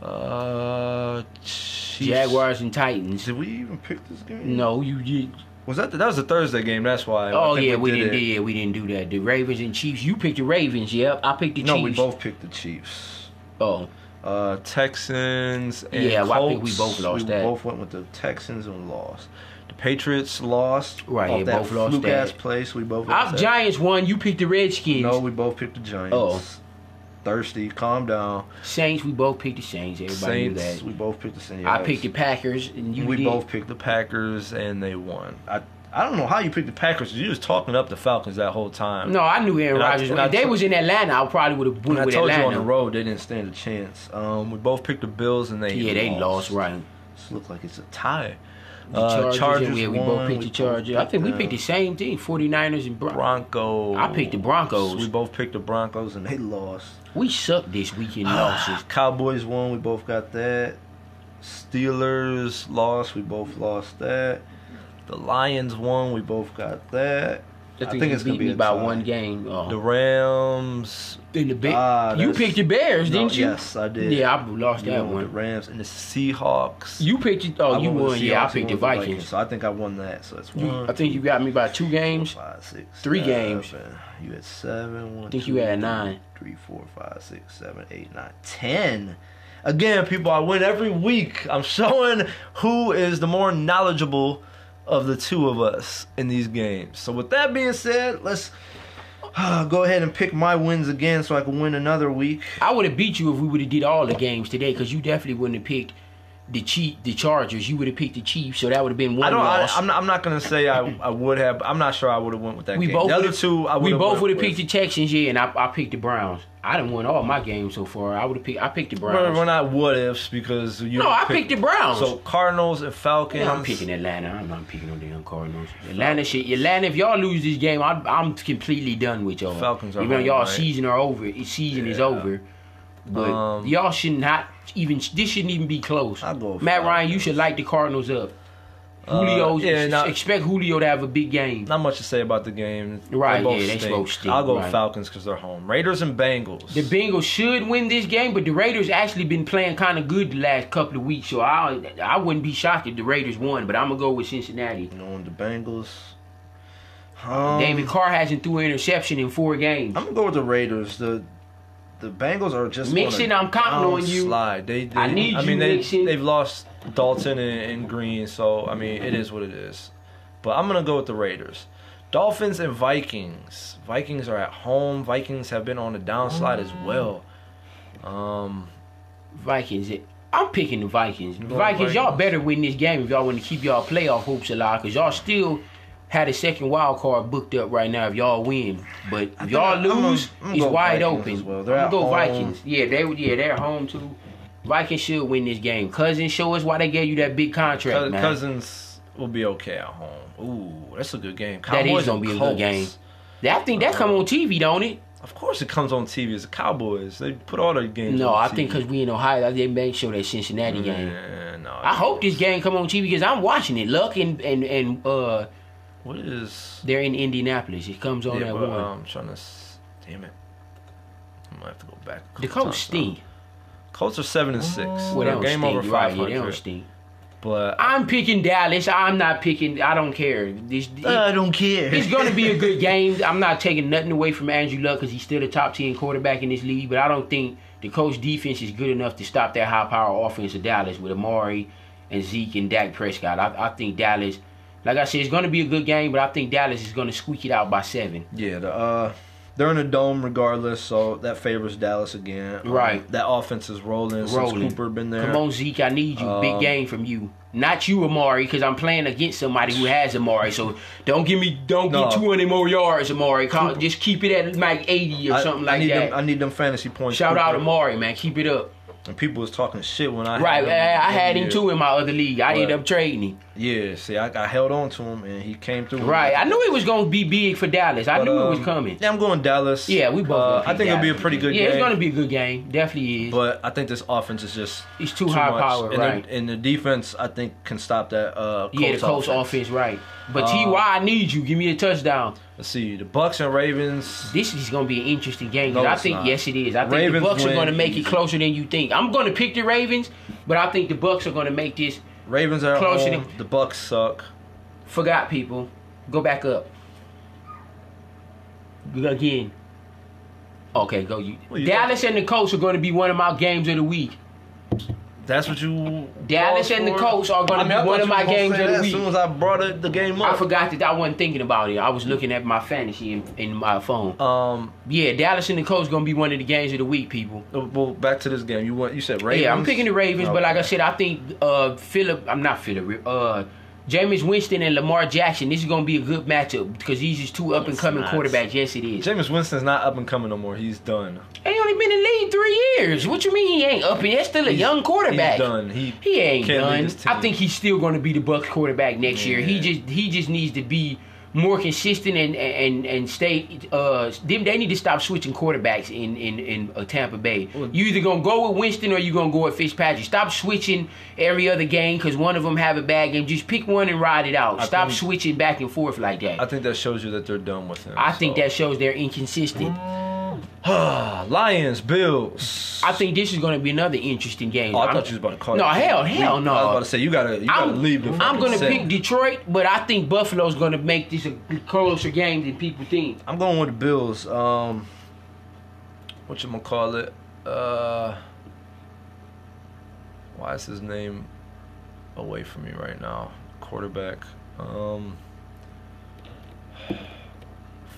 Speaker 1: Uh, Chiefs-
Speaker 2: Jaguars and Titans.
Speaker 1: Did we even pick this game?
Speaker 2: No, you did.
Speaker 1: Was that the, that was the Thursday game? That's why. I
Speaker 2: Oh
Speaker 1: think
Speaker 2: yeah, we, didn't.
Speaker 1: it.
Speaker 2: Yeah, we didn't do that. The Ravens and Chiefs. You picked the Ravens. Yep, I picked the
Speaker 1: No,
Speaker 2: Chiefs.
Speaker 1: we both picked the Chiefs.
Speaker 2: Oh,
Speaker 1: Uh, Texans and
Speaker 2: Yeah, well, I think we
Speaker 1: Colts,
Speaker 2: both lost
Speaker 1: we
Speaker 2: that.
Speaker 1: both went with the Texans and lost. The Patriots lost.
Speaker 2: Right,
Speaker 1: off
Speaker 2: yeah,
Speaker 1: that
Speaker 2: both lost
Speaker 1: fluke
Speaker 2: that.
Speaker 1: ass place. We both.
Speaker 2: I've
Speaker 1: lost that.
Speaker 2: Giants won. You picked the Redskins.
Speaker 1: No, we both picked the Giants.
Speaker 2: Oh.
Speaker 1: Thirsty, calm down.
Speaker 2: Saints. We both picked the Saints. Everybody
Speaker 1: Saints,
Speaker 2: knew
Speaker 1: we both picked the Saints.
Speaker 2: that. I picked the Packers, and you
Speaker 1: we
Speaker 2: did.
Speaker 1: both picked the Packers and they won. I I don't know how you picked the Packers. You was talking up the Falcons that whole time.
Speaker 2: No, I knew Aaron
Speaker 1: And I-
Speaker 2: Rodgers.
Speaker 1: and I
Speaker 2: If they
Speaker 1: to-
Speaker 2: was in Atlanta, I probably would have
Speaker 1: When
Speaker 2: went
Speaker 1: I
Speaker 2: with
Speaker 1: told you on
Speaker 2: Atlanta.
Speaker 1: the road, they didn't stand a chance. Um, we both picked the Bills, and they
Speaker 2: yeah, they lost. Right.
Speaker 1: This look like it's a tie.
Speaker 2: The
Speaker 1: Uh,
Speaker 2: Chargers. and yeah, we both
Speaker 1: won,
Speaker 2: picked the Chargers. I think we picked the same team. 49ers and Broncos.
Speaker 1: Broncos.
Speaker 2: I picked the Broncos.
Speaker 1: We both picked the Broncos, and they lost.
Speaker 2: we suck this weekend losses.
Speaker 1: Cowboys won. We both got that. Steelers lost. We both lost that. The Lions won. We both got that.
Speaker 2: I think,
Speaker 1: think
Speaker 2: you
Speaker 1: it's gonna
Speaker 2: beat
Speaker 1: be
Speaker 2: me
Speaker 1: a
Speaker 2: by
Speaker 1: tie.
Speaker 2: one game. Oh.
Speaker 1: The Rams.
Speaker 2: In the big,
Speaker 1: Ah,
Speaker 2: you
Speaker 1: that's-
Speaker 2: picked the Bears,
Speaker 1: No,
Speaker 2: didn't you?
Speaker 1: Yes, I did.
Speaker 2: Yeah, I lost
Speaker 1: You
Speaker 2: that
Speaker 1: won with The
Speaker 2: one.
Speaker 1: Rams and the Seahawks.
Speaker 2: You picked it. Oh,
Speaker 1: I
Speaker 2: you
Speaker 1: went with
Speaker 2: won.
Speaker 1: the
Speaker 2: Yeah, I
Speaker 1: Seahawks,
Speaker 2: picked the
Speaker 1: you went with
Speaker 2: Vikings.
Speaker 1: So I think I won that. So that's
Speaker 2: You,
Speaker 1: one.
Speaker 2: I think you got me by two games.
Speaker 1: five, six,
Speaker 2: Three
Speaker 1: seven.
Speaker 2: games.
Speaker 1: You had seven. One,
Speaker 2: I think
Speaker 1: two,
Speaker 2: you had
Speaker 1: three,
Speaker 2: nine.
Speaker 1: three, four, five, six, seven, eight, nine, ten. Again, people, I win every week. I'm showing who is the more knowledgeable of the two of us in these games. So, with that being said, let's uh, go ahead and pick my wins again, so I can win another week.
Speaker 2: I would have beat you if we would have did all the games today, because you definitely wouldn't have picked the cheat the Chargers. You would have picked the Chiefs, so that would have been one
Speaker 1: I don't. I,
Speaker 2: loss.
Speaker 1: I'm not. I'm not gonna say I. I would have. I'm not sure I would have went with that.
Speaker 2: we
Speaker 1: game.
Speaker 2: both
Speaker 1: The other
Speaker 2: would've-
Speaker 1: two. I
Speaker 2: we
Speaker 1: would've
Speaker 2: both
Speaker 1: went
Speaker 2: would have
Speaker 1: with.
Speaker 2: picked the Texans, yeah, and I, I picked the Browns. I done won all my games so far. I would have picked. I picked the
Speaker 1: We're,
Speaker 2: Browns.
Speaker 1: we're not what ifs because you.
Speaker 2: no, I picked the Browns.
Speaker 1: So Cardinals and Falcons.
Speaker 2: Yeah, I'm picking Atlanta. I'm not picking on the young Cardinals. Atlanta shit. Atlanta, if y'all lose this game, I'm, I'm completely done with y'all.
Speaker 1: Falcons are
Speaker 2: Even though
Speaker 1: home,
Speaker 2: y'all
Speaker 1: right?
Speaker 2: season are over. it- Season is
Speaker 1: Yeah.
Speaker 2: over. But
Speaker 1: Um,
Speaker 2: y'all should not even. This shouldn't even be close.
Speaker 1: I'll go with
Speaker 2: Matt Ryan,
Speaker 1: Falcons.
Speaker 2: you should light the Cardinals up.
Speaker 1: Uh,
Speaker 2: Julio,
Speaker 1: yeah, nah.
Speaker 2: expect Julio to have a big game.
Speaker 1: Not much to say about the game.
Speaker 2: Right, yeah, they both stink,
Speaker 1: I'll go
Speaker 2: right.
Speaker 1: Falcons because they're home. Raiders and Bengals.
Speaker 2: The Bengals should win this game, but the Raiders actually been playing kind of good the last couple of weeks, so I I wouldn't be shocked if the Raiders won. But I'm gonna go with Cincinnati.
Speaker 1: you know, and the Bengals. Um,
Speaker 2: David Carr hasn't threw an interception in four games.
Speaker 1: I'm gonna go with the Raiders. The the Bengals are just
Speaker 2: Mixon,
Speaker 1: on a
Speaker 2: I'm counting on you.
Speaker 1: Slide. They, they-
Speaker 2: I need
Speaker 1: I mean,
Speaker 2: you,
Speaker 1: they
Speaker 2: Mixon.
Speaker 1: they've lost Dalton and, and Green, so I mean, it is what it is. But I'm gonna go with the Raiders. Dolphins and Vikings. Vikings are at home. Vikings have been on the downslide as well. Um,
Speaker 2: Vikings. I'm picking the Vikings.
Speaker 1: going
Speaker 2: Vikings, y'all
Speaker 1: Vikings.
Speaker 2: better win this game if y'all want to keep y'all playoff hopes alive, because y'all still had a second wild card booked up right now if y'all win. But if y'all
Speaker 1: I'm gonna-
Speaker 2: lose,
Speaker 1: I'm gonna
Speaker 2: it's
Speaker 1: go
Speaker 2: wide
Speaker 1: Vikings as
Speaker 2: open.
Speaker 1: well. They're
Speaker 2: I'm
Speaker 1: at
Speaker 2: gonna go
Speaker 1: home.
Speaker 2: Vikings. Yeah, they yeah, they're home too. Vikings should win this game. Cousins, show us why they gave you that big contract,
Speaker 1: Cous-
Speaker 2: man.
Speaker 1: Cousins will be okay at home. Ooh, that's a good game.
Speaker 2: That is
Speaker 1: Cowboys
Speaker 2: gonna
Speaker 1: and
Speaker 2: be a good
Speaker 1: Colts.
Speaker 2: game. I think that come on TV, don't it?
Speaker 1: Of course, it comes on TV. It's the Cowboys. They put all their games.
Speaker 2: No,
Speaker 1: on
Speaker 2: I think because
Speaker 1: TV.
Speaker 2: we in Ohio, they make sure that Cincinnati game.
Speaker 1: Yeah, no,
Speaker 2: I hope this game come on TV because I'm watching it. Luck and and and uh,
Speaker 1: What is?
Speaker 2: they're in Indianapolis. It comes on
Speaker 1: Yeah,
Speaker 2: at
Speaker 1: but,
Speaker 2: one.
Speaker 1: um, I'm trying to. s- Damn it. I might have to go back. a
Speaker 2: the
Speaker 1: couple
Speaker 2: Colts
Speaker 1: times now.
Speaker 2: stink.
Speaker 1: Colts are seven and six.
Speaker 2: Well, they
Speaker 1: They're
Speaker 2: don't
Speaker 1: uh, game
Speaker 2: stink.
Speaker 1: over
Speaker 2: You're right.
Speaker 1: five
Speaker 2: Yeah, they don't
Speaker 1: hundred.
Speaker 2: stink.
Speaker 1: But
Speaker 2: I'm picking Dallas. I'm not picking. I don't care. This,
Speaker 1: I don't care.
Speaker 2: it's going to be a good game. I'm not taking nothing away from Andrew Luck because he's still the top 10 quarterback in this league, but I don't think the coach defense is good enough to stop that high power offense of Dallas with Amari and Zeke and Dak Prescott. I, I think Dallas, like I said, it's going to be a good game, but I think Dallas is going to squeak it out by seven.
Speaker 1: Yeah, the, uh, they're in a dome regardless, so that favors Dallas again. Um,
Speaker 2: Right.
Speaker 1: that offense is rolling,
Speaker 2: Rolling.
Speaker 1: since Cooper been there.
Speaker 2: Come on, Zeke, I need you.
Speaker 1: Um,
Speaker 2: Big game from you. Not you, Amari, because I'm playing against somebody who has Amari. So don't give me, don't
Speaker 1: No.
Speaker 2: get 200 more yards, Amari. Come, just keep it at like 80 or
Speaker 1: I,
Speaker 2: something
Speaker 1: I
Speaker 2: like
Speaker 1: need
Speaker 2: that.
Speaker 1: Them, I need them fantasy points.
Speaker 2: Shout out
Speaker 1: Cooper.
Speaker 2: Amari, man. Keep it up.
Speaker 1: And people was talking shit when I had
Speaker 2: Right,
Speaker 1: him.
Speaker 2: I, I had
Speaker 1: Yeah.
Speaker 2: him too in my other league. I ended
Speaker 1: Right.
Speaker 2: up trading him.
Speaker 1: Yeah, see, I, I held on to him and he came through.
Speaker 2: Right, I knew it was gonna be big for Dallas. I
Speaker 1: But,
Speaker 2: knew it was
Speaker 1: um,
Speaker 2: coming.
Speaker 1: Yeah, I'm going Dallas.
Speaker 2: Yeah, we both.
Speaker 1: Uh,
Speaker 2: gonna
Speaker 1: I
Speaker 2: pick
Speaker 1: think it'll be a
Speaker 2: Dallas.
Speaker 1: pretty good
Speaker 2: Yeah,
Speaker 1: game.
Speaker 2: it's gonna be a good game. Definitely is.
Speaker 1: But I think this offense is just
Speaker 2: It's too high powered,
Speaker 1: and
Speaker 2: right.
Speaker 1: The, and the defense, I think, can stop that. Uh, Colts
Speaker 2: yeah, the Colts offense, right? But
Speaker 1: Uh,
Speaker 2: Ty, I need you. Give me a touchdown.
Speaker 1: Let's see, the Bucks and Ravens.
Speaker 2: This is gonna be an interesting game.
Speaker 1: No,
Speaker 2: and I
Speaker 1: it's
Speaker 2: think
Speaker 1: not.
Speaker 2: yes, it is. I think the
Speaker 1: Ravens
Speaker 2: Bucks are
Speaker 1: win
Speaker 2: gonna make
Speaker 1: easy.
Speaker 2: it closer than you think. I'm gonna pick the Ravens, but I think the Bucks are gonna make this.
Speaker 1: Ravens are at
Speaker 2: Close it
Speaker 1: home. The Bucks suck.
Speaker 2: Forgot people. Go back up. Again. Okay, go you.
Speaker 1: Well, you-
Speaker 2: Dallas and the Colts are going to be one of my games of the week.
Speaker 1: That's what you.
Speaker 2: Dallas
Speaker 1: called
Speaker 2: and the
Speaker 1: for?
Speaker 2: Colts are gonna
Speaker 1: I mean,
Speaker 2: be
Speaker 1: I thought
Speaker 2: one of
Speaker 1: you
Speaker 2: my
Speaker 1: was gonna
Speaker 2: games
Speaker 1: say
Speaker 2: of the
Speaker 1: that
Speaker 2: week.
Speaker 1: As soon as I brought it, the game up,
Speaker 2: I forgot that I wasn't thinking about it. I was looking at my fantasy in, in my phone.
Speaker 1: Um,
Speaker 2: Yeah, Dallas and the Colts going to be one of the games of the week, people.
Speaker 1: well, back to this game. You want? You said Ravens.
Speaker 2: Yeah, I'm picking the Ravens, but
Speaker 1: Okay.
Speaker 2: like I said, I think uh Philip I'm not Philip uh Jameis Winston and Lamar Jackson, this is gonna be a good matchup because these is two up and coming
Speaker 1: not.
Speaker 2: quarterbacks. Yes it is.
Speaker 1: Jameis Winston's not up and coming no more. He's done.
Speaker 2: He only been in the league three years. What you mean he ain't up? And that's still a young quarterback.
Speaker 1: He's done. He
Speaker 2: He ain't
Speaker 1: can't lead
Speaker 2: done.
Speaker 1: his team.
Speaker 2: I think he's still going to be the Bucks quarterback next year. He
Speaker 1: Yeah.
Speaker 2: just he just needs to be more consistent and and and stay. Uh, them they need to stop switching quarterbacks in in in uh, Tampa Bay.
Speaker 1: Well-
Speaker 2: you either gonna go with Winston or you gonna go with Fitzpatrick. Stop switching every other game because one of them have a bad game. Just pick one and ride it out.
Speaker 1: I
Speaker 2: stop
Speaker 1: think-
Speaker 2: switching back and forth like that.
Speaker 1: I
Speaker 2: I,
Speaker 1: think that shows you that they're done with him.
Speaker 2: think
Speaker 1: so. Ah,
Speaker 2: that shows they're inconsistent.
Speaker 1: Lions, Bills.
Speaker 2: I think this is going to be another interesting game.
Speaker 1: Oh, I
Speaker 2: I'm-
Speaker 1: thought you was about to call.
Speaker 2: No,
Speaker 1: it.
Speaker 2: hell,
Speaker 1: We-
Speaker 2: hell no.
Speaker 1: I was about to say you gotta, you gotta leave the.
Speaker 2: I'm
Speaker 1: fucking
Speaker 2: gonna
Speaker 1: set.
Speaker 2: pick Detroit, but I think Buffalo's gonna make this a closer game than people think.
Speaker 1: I'm going with the Bills. Um, what you gonna call it? Uh, why is his name away from me right now? Quarterback. Um,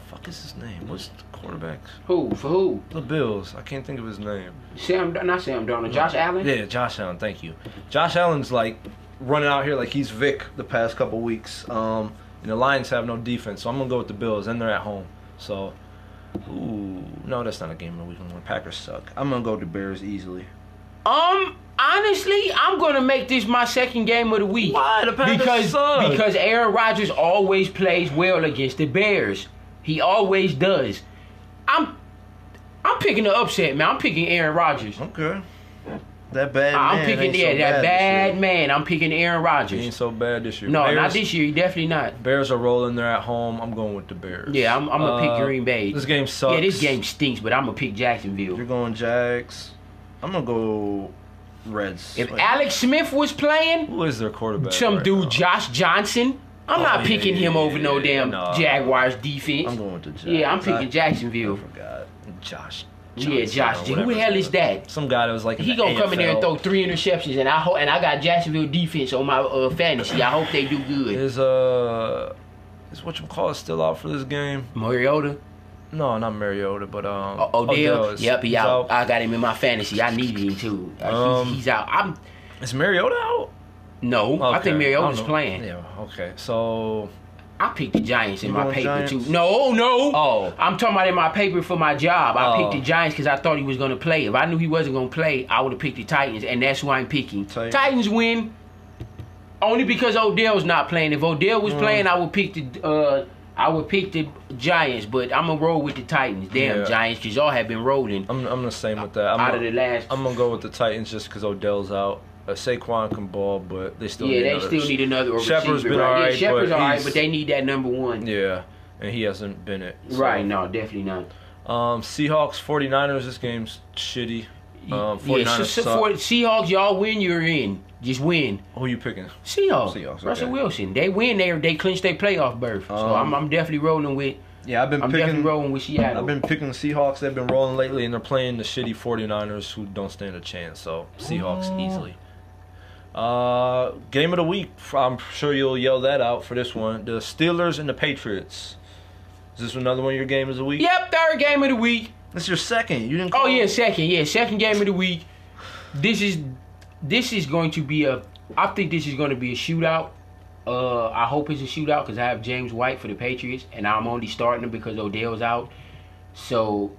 Speaker 1: fuck is his name? What's the quarterback?
Speaker 2: Who for who?
Speaker 1: The Bills. I can't think of his name.
Speaker 2: Sam, not Sam Darnold, Josh Allen.
Speaker 1: Yeah, Josh Allen. Thank you. Josh Allen's like running out here like he's Vic the past couple weeks. Um, and the Lions have no defense, so I'm gonna go with the Bills, and they're at home. So, ooh, no, that's not a game of the week. When Packers suck, I'm gonna go with the Bears easily.
Speaker 2: Um, honestly, I'm gonna make this my second game of the week.
Speaker 1: Why? The Packers
Speaker 2: because
Speaker 1: suck.
Speaker 2: because Aaron Rodgers always plays well against the Bears. He always does. I'm I'm picking the upset, man. I'm picking Aaron Rodgers.
Speaker 1: Okay. That bad.
Speaker 2: I'm
Speaker 1: man
Speaker 2: picking
Speaker 1: ain't so
Speaker 2: yeah, that
Speaker 1: this
Speaker 2: bad
Speaker 1: year.
Speaker 2: man. I'm picking Aaron
Speaker 1: He
Speaker 2: Rodgers.
Speaker 1: ain't so bad this year.
Speaker 2: No,
Speaker 1: Bears,
Speaker 2: not this year. Definitely not.
Speaker 1: Bears are rolling. They're at home. I'm going with the Bears.
Speaker 2: Yeah, I'm, I'm gonna
Speaker 1: Uh,
Speaker 2: pick Green Bay.
Speaker 1: This game sucks.
Speaker 2: Yeah, this game stinks, but I'm gonna pick Jacksonville.
Speaker 1: You're going Jags. I'm gonna go Reds.
Speaker 2: if
Speaker 1: Wait,
Speaker 2: Alex Smith was playing,
Speaker 1: who is their quarterback?
Speaker 2: some
Speaker 1: right
Speaker 2: dude
Speaker 1: now?
Speaker 2: Josh Johnson, I'm
Speaker 1: Oh,
Speaker 2: not
Speaker 1: yeah,
Speaker 2: picking
Speaker 1: yeah,
Speaker 2: him over no
Speaker 1: yeah,
Speaker 2: damn
Speaker 1: nah.
Speaker 2: Jaguars defense.
Speaker 1: I'm going with the Jags.
Speaker 2: yeah, I'm picking
Speaker 1: I,
Speaker 2: Jacksonville.
Speaker 1: I forgot. Josh.
Speaker 2: Yeah, Josh.
Speaker 1: or
Speaker 2: Who
Speaker 1: whatever
Speaker 2: the hell is
Speaker 1: his name
Speaker 2: that?
Speaker 1: Some guy that was like in
Speaker 2: He
Speaker 1: the
Speaker 2: gonna come in there and
Speaker 1: AFL.
Speaker 2: throw three interceptions, and I hope and I got Jacksonville defense on my uh, fantasy. I hope they do good.
Speaker 1: Is uh, is what you call still out for this game?
Speaker 2: Mariota,
Speaker 1: No, not Mariota, but um,
Speaker 2: O- Uh, Odell,
Speaker 1: is-
Speaker 2: yep, he
Speaker 1: is
Speaker 2: out. I got him in my fantasy. I needed him too. Uh, he's-
Speaker 1: Um,
Speaker 2: he's, out. I'm
Speaker 1: Is Mariota out?
Speaker 2: no. I
Speaker 1: Okay,
Speaker 2: think Mariota's
Speaker 1: don't know.
Speaker 2: playing.
Speaker 1: Yeah. Okay. So
Speaker 2: I picked the Giants in
Speaker 1: You
Speaker 2: my
Speaker 1: going
Speaker 2: paper
Speaker 1: Giants?
Speaker 2: too. No, no.
Speaker 1: Oh.
Speaker 2: I'm talking about in my paper for my job. I
Speaker 1: Oh.
Speaker 2: picked the Giants because I thought he was gonna play. If I knew he wasn't gonna play, I would have picked the Titans, and that's who I'm picking.
Speaker 1: Titans.
Speaker 2: Titans win only because Odell's not playing. If Odell
Speaker 1: Mm.
Speaker 2: was playing, I would pick the uh, I would pick the Giants, but I'm gonna roll with the Titans. Damn
Speaker 1: Yeah.
Speaker 2: Giants, because y'all have been rolling
Speaker 1: I'm I'm the same with that. I'm
Speaker 2: out of
Speaker 1: gonna,
Speaker 2: the last.
Speaker 1: I'm gonna go with the Titans just because Odell's out. Uh, Saquon can ball, but they still
Speaker 2: yeah,
Speaker 1: need
Speaker 2: they
Speaker 1: another-
Speaker 2: still need another
Speaker 1: Shepard's
Speaker 2: receiver.
Speaker 1: been
Speaker 2: right?
Speaker 1: all
Speaker 2: yeah,
Speaker 1: right,
Speaker 2: Shepard's
Speaker 1: but
Speaker 2: all right,
Speaker 1: he's-
Speaker 2: but they need that number one.
Speaker 1: Yeah, and he hasn't been it. so-
Speaker 2: Right? No, definitely not.
Speaker 1: Um, Seahawks 49ers. This game's shitty. Um, 49ers
Speaker 2: yeah, so,
Speaker 1: suck.
Speaker 2: so for Seahawks, y'all win, you're in. Just win.
Speaker 1: Who you picking?
Speaker 2: Seahawks.
Speaker 1: Seahawks,
Speaker 2: Russell
Speaker 1: okay.
Speaker 2: Wilson. They win there. They clinch their playoff berth. So
Speaker 1: Um,
Speaker 2: I'm, I'm definitely rolling with.
Speaker 1: Yeah, I've been
Speaker 2: I'm
Speaker 1: picking.
Speaker 2: definitely rolling with Seattle.
Speaker 1: I've been picking Seahawks. They've been rolling lately, and they're playing the shitty 49ers, who don't stand a chance. So Seahawks
Speaker 2: Oh.
Speaker 1: easily. Uh, game of the week. I'm sure you'll yell that out for this one. The Steelers and the Patriots. Is this another one of your games of the week?
Speaker 2: Yep, third game of the week.
Speaker 1: This is your second. You didn't.
Speaker 2: Oh
Speaker 1: call-
Speaker 2: yeah, second. Yeah, second game of the week. This is this is going to be a. I think this is going to be a shootout. Uh, I hope it's a shootout because I have James White for the Patriots, and I'm only starting him because Odell's out. So,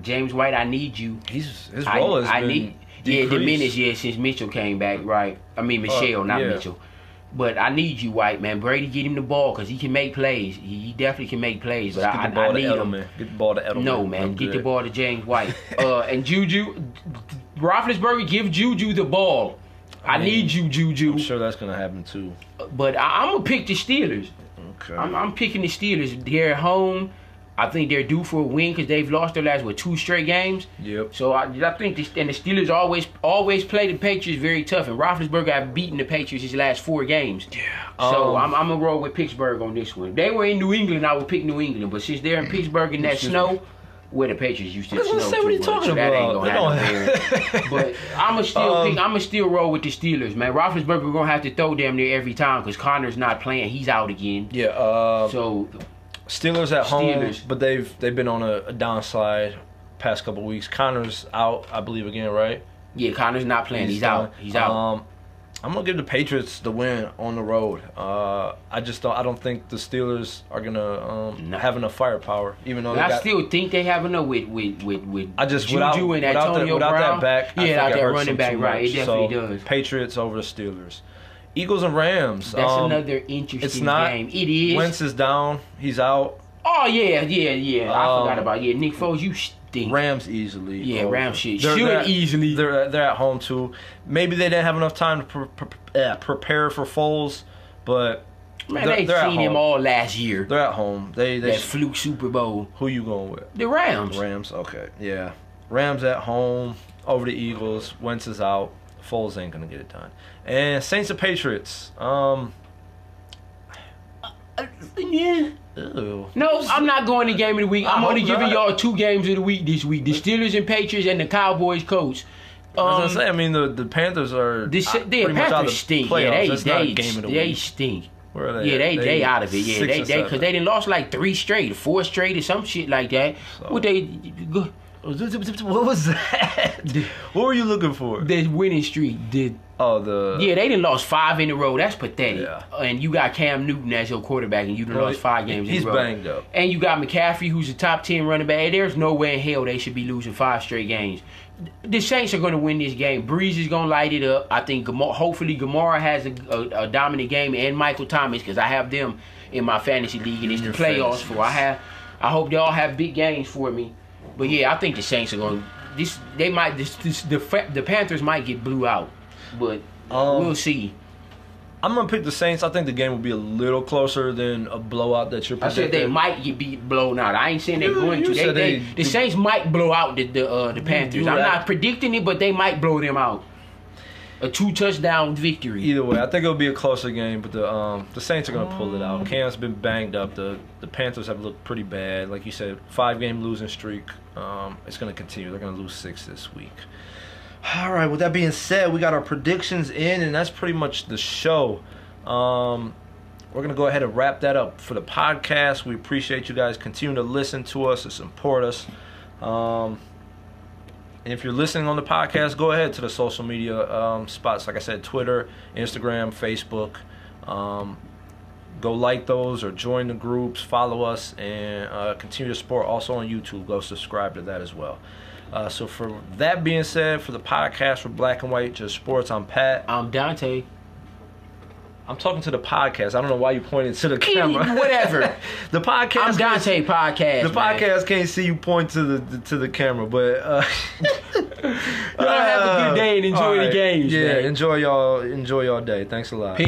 Speaker 2: James White, I need you.
Speaker 1: He's his
Speaker 2: I,
Speaker 1: role has
Speaker 2: I
Speaker 1: been
Speaker 2: need
Speaker 1: decreased. Oh,
Speaker 2: yeah the minutes yeah since Mitchell came back right I mean Michelle not
Speaker 1: yeah.
Speaker 2: Mitchell but I need you White man Brady get him the ball because he can make plays he, he definitely can make plays but
Speaker 1: Just get
Speaker 2: I,
Speaker 1: the ball
Speaker 2: I, I
Speaker 1: to
Speaker 2: need him
Speaker 1: Edelman. Get the ball to Edelman.
Speaker 2: no man
Speaker 1: I'm
Speaker 2: get the
Speaker 1: good.
Speaker 2: ball to James White uh, and Juju Roethlisberger give Juju the ball I,
Speaker 1: mean,
Speaker 2: need you Juju
Speaker 1: I'm sure that's gonna happen too.
Speaker 2: but I, I'm gonna pick the Steelers
Speaker 1: Okay.
Speaker 2: I'm, I'm picking the Steelers they're at home. I think they're due for a win because they've lost their last what two straight games.
Speaker 1: yep.
Speaker 2: So I, I think this, and the Steelers always always play the Patriots very tough, and Roethlisberger have beaten the Patriots his last four games. Yeah.
Speaker 1: Um,
Speaker 2: So I'm, I'm gonna roll with Pittsburgh on this one. If they were in New England, I would pick New England, but since they're in Pittsburgh in that
Speaker 1: Mm-hmm. Excuse
Speaker 2: snow, where the Patriots used to
Speaker 1: was
Speaker 2: snow
Speaker 1: gonna say, what
Speaker 2: too
Speaker 1: are you
Speaker 2: much,
Speaker 1: talking
Speaker 2: so that ain't
Speaker 1: about?
Speaker 2: gonna
Speaker 1: They
Speaker 2: happen. but I'm gonna still
Speaker 1: Um,
Speaker 2: pick, I'm gonna still roll with the Steelers, man. Roethlisberger gonna have to throw damn near every time because Connor's not playing; he's out again.
Speaker 1: Yeah. Uh,
Speaker 2: So
Speaker 1: Steelers at home,
Speaker 2: Steelers.
Speaker 1: but they've they've been on a, a downslide past couple weeks. Connor's out, I believe, again, right?
Speaker 2: yeah, Connor's not playing; he's, out.
Speaker 1: done.
Speaker 2: He's out.
Speaker 1: Um, I'm gonna give the Patriots the win on the road. Uh, I just don't. I don't think the Steelers are gonna um,
Speaker 2: No.
Speaker 1: have enough firepower, even though
Speaker 2: But
Speaker 1: they
Speaker 2: I
Speaker 1: got.
Speaker 2: still think they have enough with with with with
Speaker 1: I just
Speaker 2: Juju
Speaker 1: without,
Speaker 2: and
Speaker 1: without, that,
Speaker 2: Antonio
Speaker 1: without that
Speaker 2: Brown.
Speaker 1: back, I think
Speaker 2: yeah,
Speaker 1: it
Speaker 2: without that
Speaker 1: hurts
Speaker 2: running
Speaker 1: them
Speaker 2: back,
Speaker 1: too
Speaker 2: right? It
Speaker 1: much.
Speaker 2: definitely
Speaker 1: so,
Speaker 2: does.
Speaker 1: Patriots over the Steelers, Eagles and Rams.
Speaker 2: That's
Speaker 1: um,
Speaker 2: another interesting
Speaker 1: It's not.
Speaker 2: game. It is.
Speaker 1: Wentz is down. He's out.
Speaker 2: oh yeah, yeah, yeah. I
Speaker 1: Um,
Speaker 2: forgot about yeah. Nick Foles, you stink.
Speaker 1: Rams easily.
Speaker 2: Yeah,
Speaker 1: over.
Speaker 2: Rams shit. Should easily.
Speaker 1: They're they're at home too. Maybe they didn't have enough time to pre- pre- uh, prepare for Foles, but
Speaker 2: Man,
Speaker 1: they're,
Speaker 2: they
Speaker 1: they're at
Speaker 2: seen
Speaker 1: home.
Speaker 2: him all last year.
Speaker 1: They're at home. They they.
Speaker 2: That fluke Super Bowl.
Speaker 1: who you going with?
Speaker 2: The Rams.
Speaker 1: Rams. Okay. Yeah. Rams at home over the Eagles. Wentz is out. Foles ain't gonna get it done. And Saints and Patriots. Um.
Speaker 2: Uh, Yeah.
Speaker 1: Ew.
Speaker 2: No, I'm not going to game of the week. I'm
Speaker 1: I
Speaker 2: only
Speaker 1: hope
Speaker 2: giving
Speaker 1: not.
Speaker 2: y'all two games of the week this week: the Steelers and Patriots, and the Cowboys. Coach.
Speaker 1: I
Speaker 2: Um,
Speaker 1: was gonna say. I mean, the, the Panthers are
Speaker 2: this,
Speaker 1: uh,
Speaker 2: the
Speaker 1: pretty much out of
Speaker 2: Panthers
Speaker 1: the
Speaker 2: stink.
Speaker 1: playoffs.
Speaker 2: Yeah, they
Speaker 1: That's not a
Speaker 2: they,
Speaker 1: game of the
Speaker 2: they
Speaker 1: week.
Speaker 2: stink.
Speaker 1: Where are they?
Speaker 2: Yeah,
Speaker 1: at?
Speaker 2: they, they out of it. Yeah,
Speaker 1: six
Speaker 2: they
Speaker 1: or
Speaker 2: they because
Speaker 1: seven.
Speaker 2: they done lost like three straight, four straight, or some shit like that. What they go-
Speaker 1: What was that? what were you looking for?
Speaker 2: the winning streak did.
Speaker 1: Oh, the
Speaker 2: Yeah, they done lost five in a row. That's pathetic.
Speaker 1: Yeah.
Speaker 2: And you got Cam Newton as your quarterback, and you done
Speaker 1: Well,
Speaker 2: lost five games.
Speaker 1: he's
Speaker 2: in a row.
Speaker 1: banged up.
Speaker 2: And you got McCaffrey, who's a top ten running back. There's no way in hell they should be losing five straight games. The Saints are going to win this game. Breeze is going to light it up. I think. Gamar- hopefully, Gamara has a, a, a dominant game, and Michael Thomas, because I have them in my fantasy league, and it's the
Speaker 1: Your
Speaker 2: playoffs
Speaker 1: fantasy.
Speaker 2: for. I have. I hope they all have big games for me. But yeah, I think the Saints are going. to This they might. This, this the Fa- the Panthers might get blew out, but
Speaker 1: Um,
Speaker 2: we'll see.
Speaker 1: I'm gonna pick the Saints. I think the game will be a little closer than a blowout that you're
Speaker 2: I said they
Speaker 1: predicting.
Speaker 2: might get beat blown out. I ain't saying they're
Speaker 1: You-
Speaker 2: going
Speaker 1: you
Speaker 2: to. They,
Speaker 1: said
Speaker 2: they,
Speaker 1: they-
Speaker 2: the Saints might blow out the the, uh, the Panthers.
Speaker 1: you
Speaker 2: I'm
Speaker 1: right.
Speaker 2: not predicting it, but they might blow them out. A two touchdown victory.
Speaker 1: Either way, I think it'll be a closer game, but the um, the Saints are gonna pull it out. Cam's been banged up. The the Panthers have looked pretty bad. Like you said, five game losing streak. Um, it's gonna continue. They're gonna lose six this week. All right. With that being said, we got our predictions in, and that's pretty much the show. Um, we're gonna go ahead and wrap that up for the podcast. We appreciate you guys continuing to listen to us and support us. Um, and if you're listening on the podcast, go ahead to the social media um, spots. Like I said, Twitter, Instagram, Facebook. Um, go like those or join the groups, follow us, and uh, continue to support. Also on YouTube, go subscribe to that as well. Uh, so, for that being said, for the podcast for Black and White Just Sports, I'm Pat.
Speaker 2: I'm Dante.
Speaker 1: I'm talking to the podcast. I don't know why you pointed to the camera.
Speaker 2: Whatever.
Speaker 1: the podcast.
Speaker 2: I'm
Speaker 1: can't-
Speaker 2: Dante podcast.
Speaker 1: The
Speaker 2: man.
Speaker 1: podcast can't see you point to the to the camera, but uh,
Speaker 2: have a good day and enjoy the games,
Speaker 1: Yeah,
Speaker 2: man.
Speaker 1: enjoy y'all. Enjoy y'all day. Thanks a lot.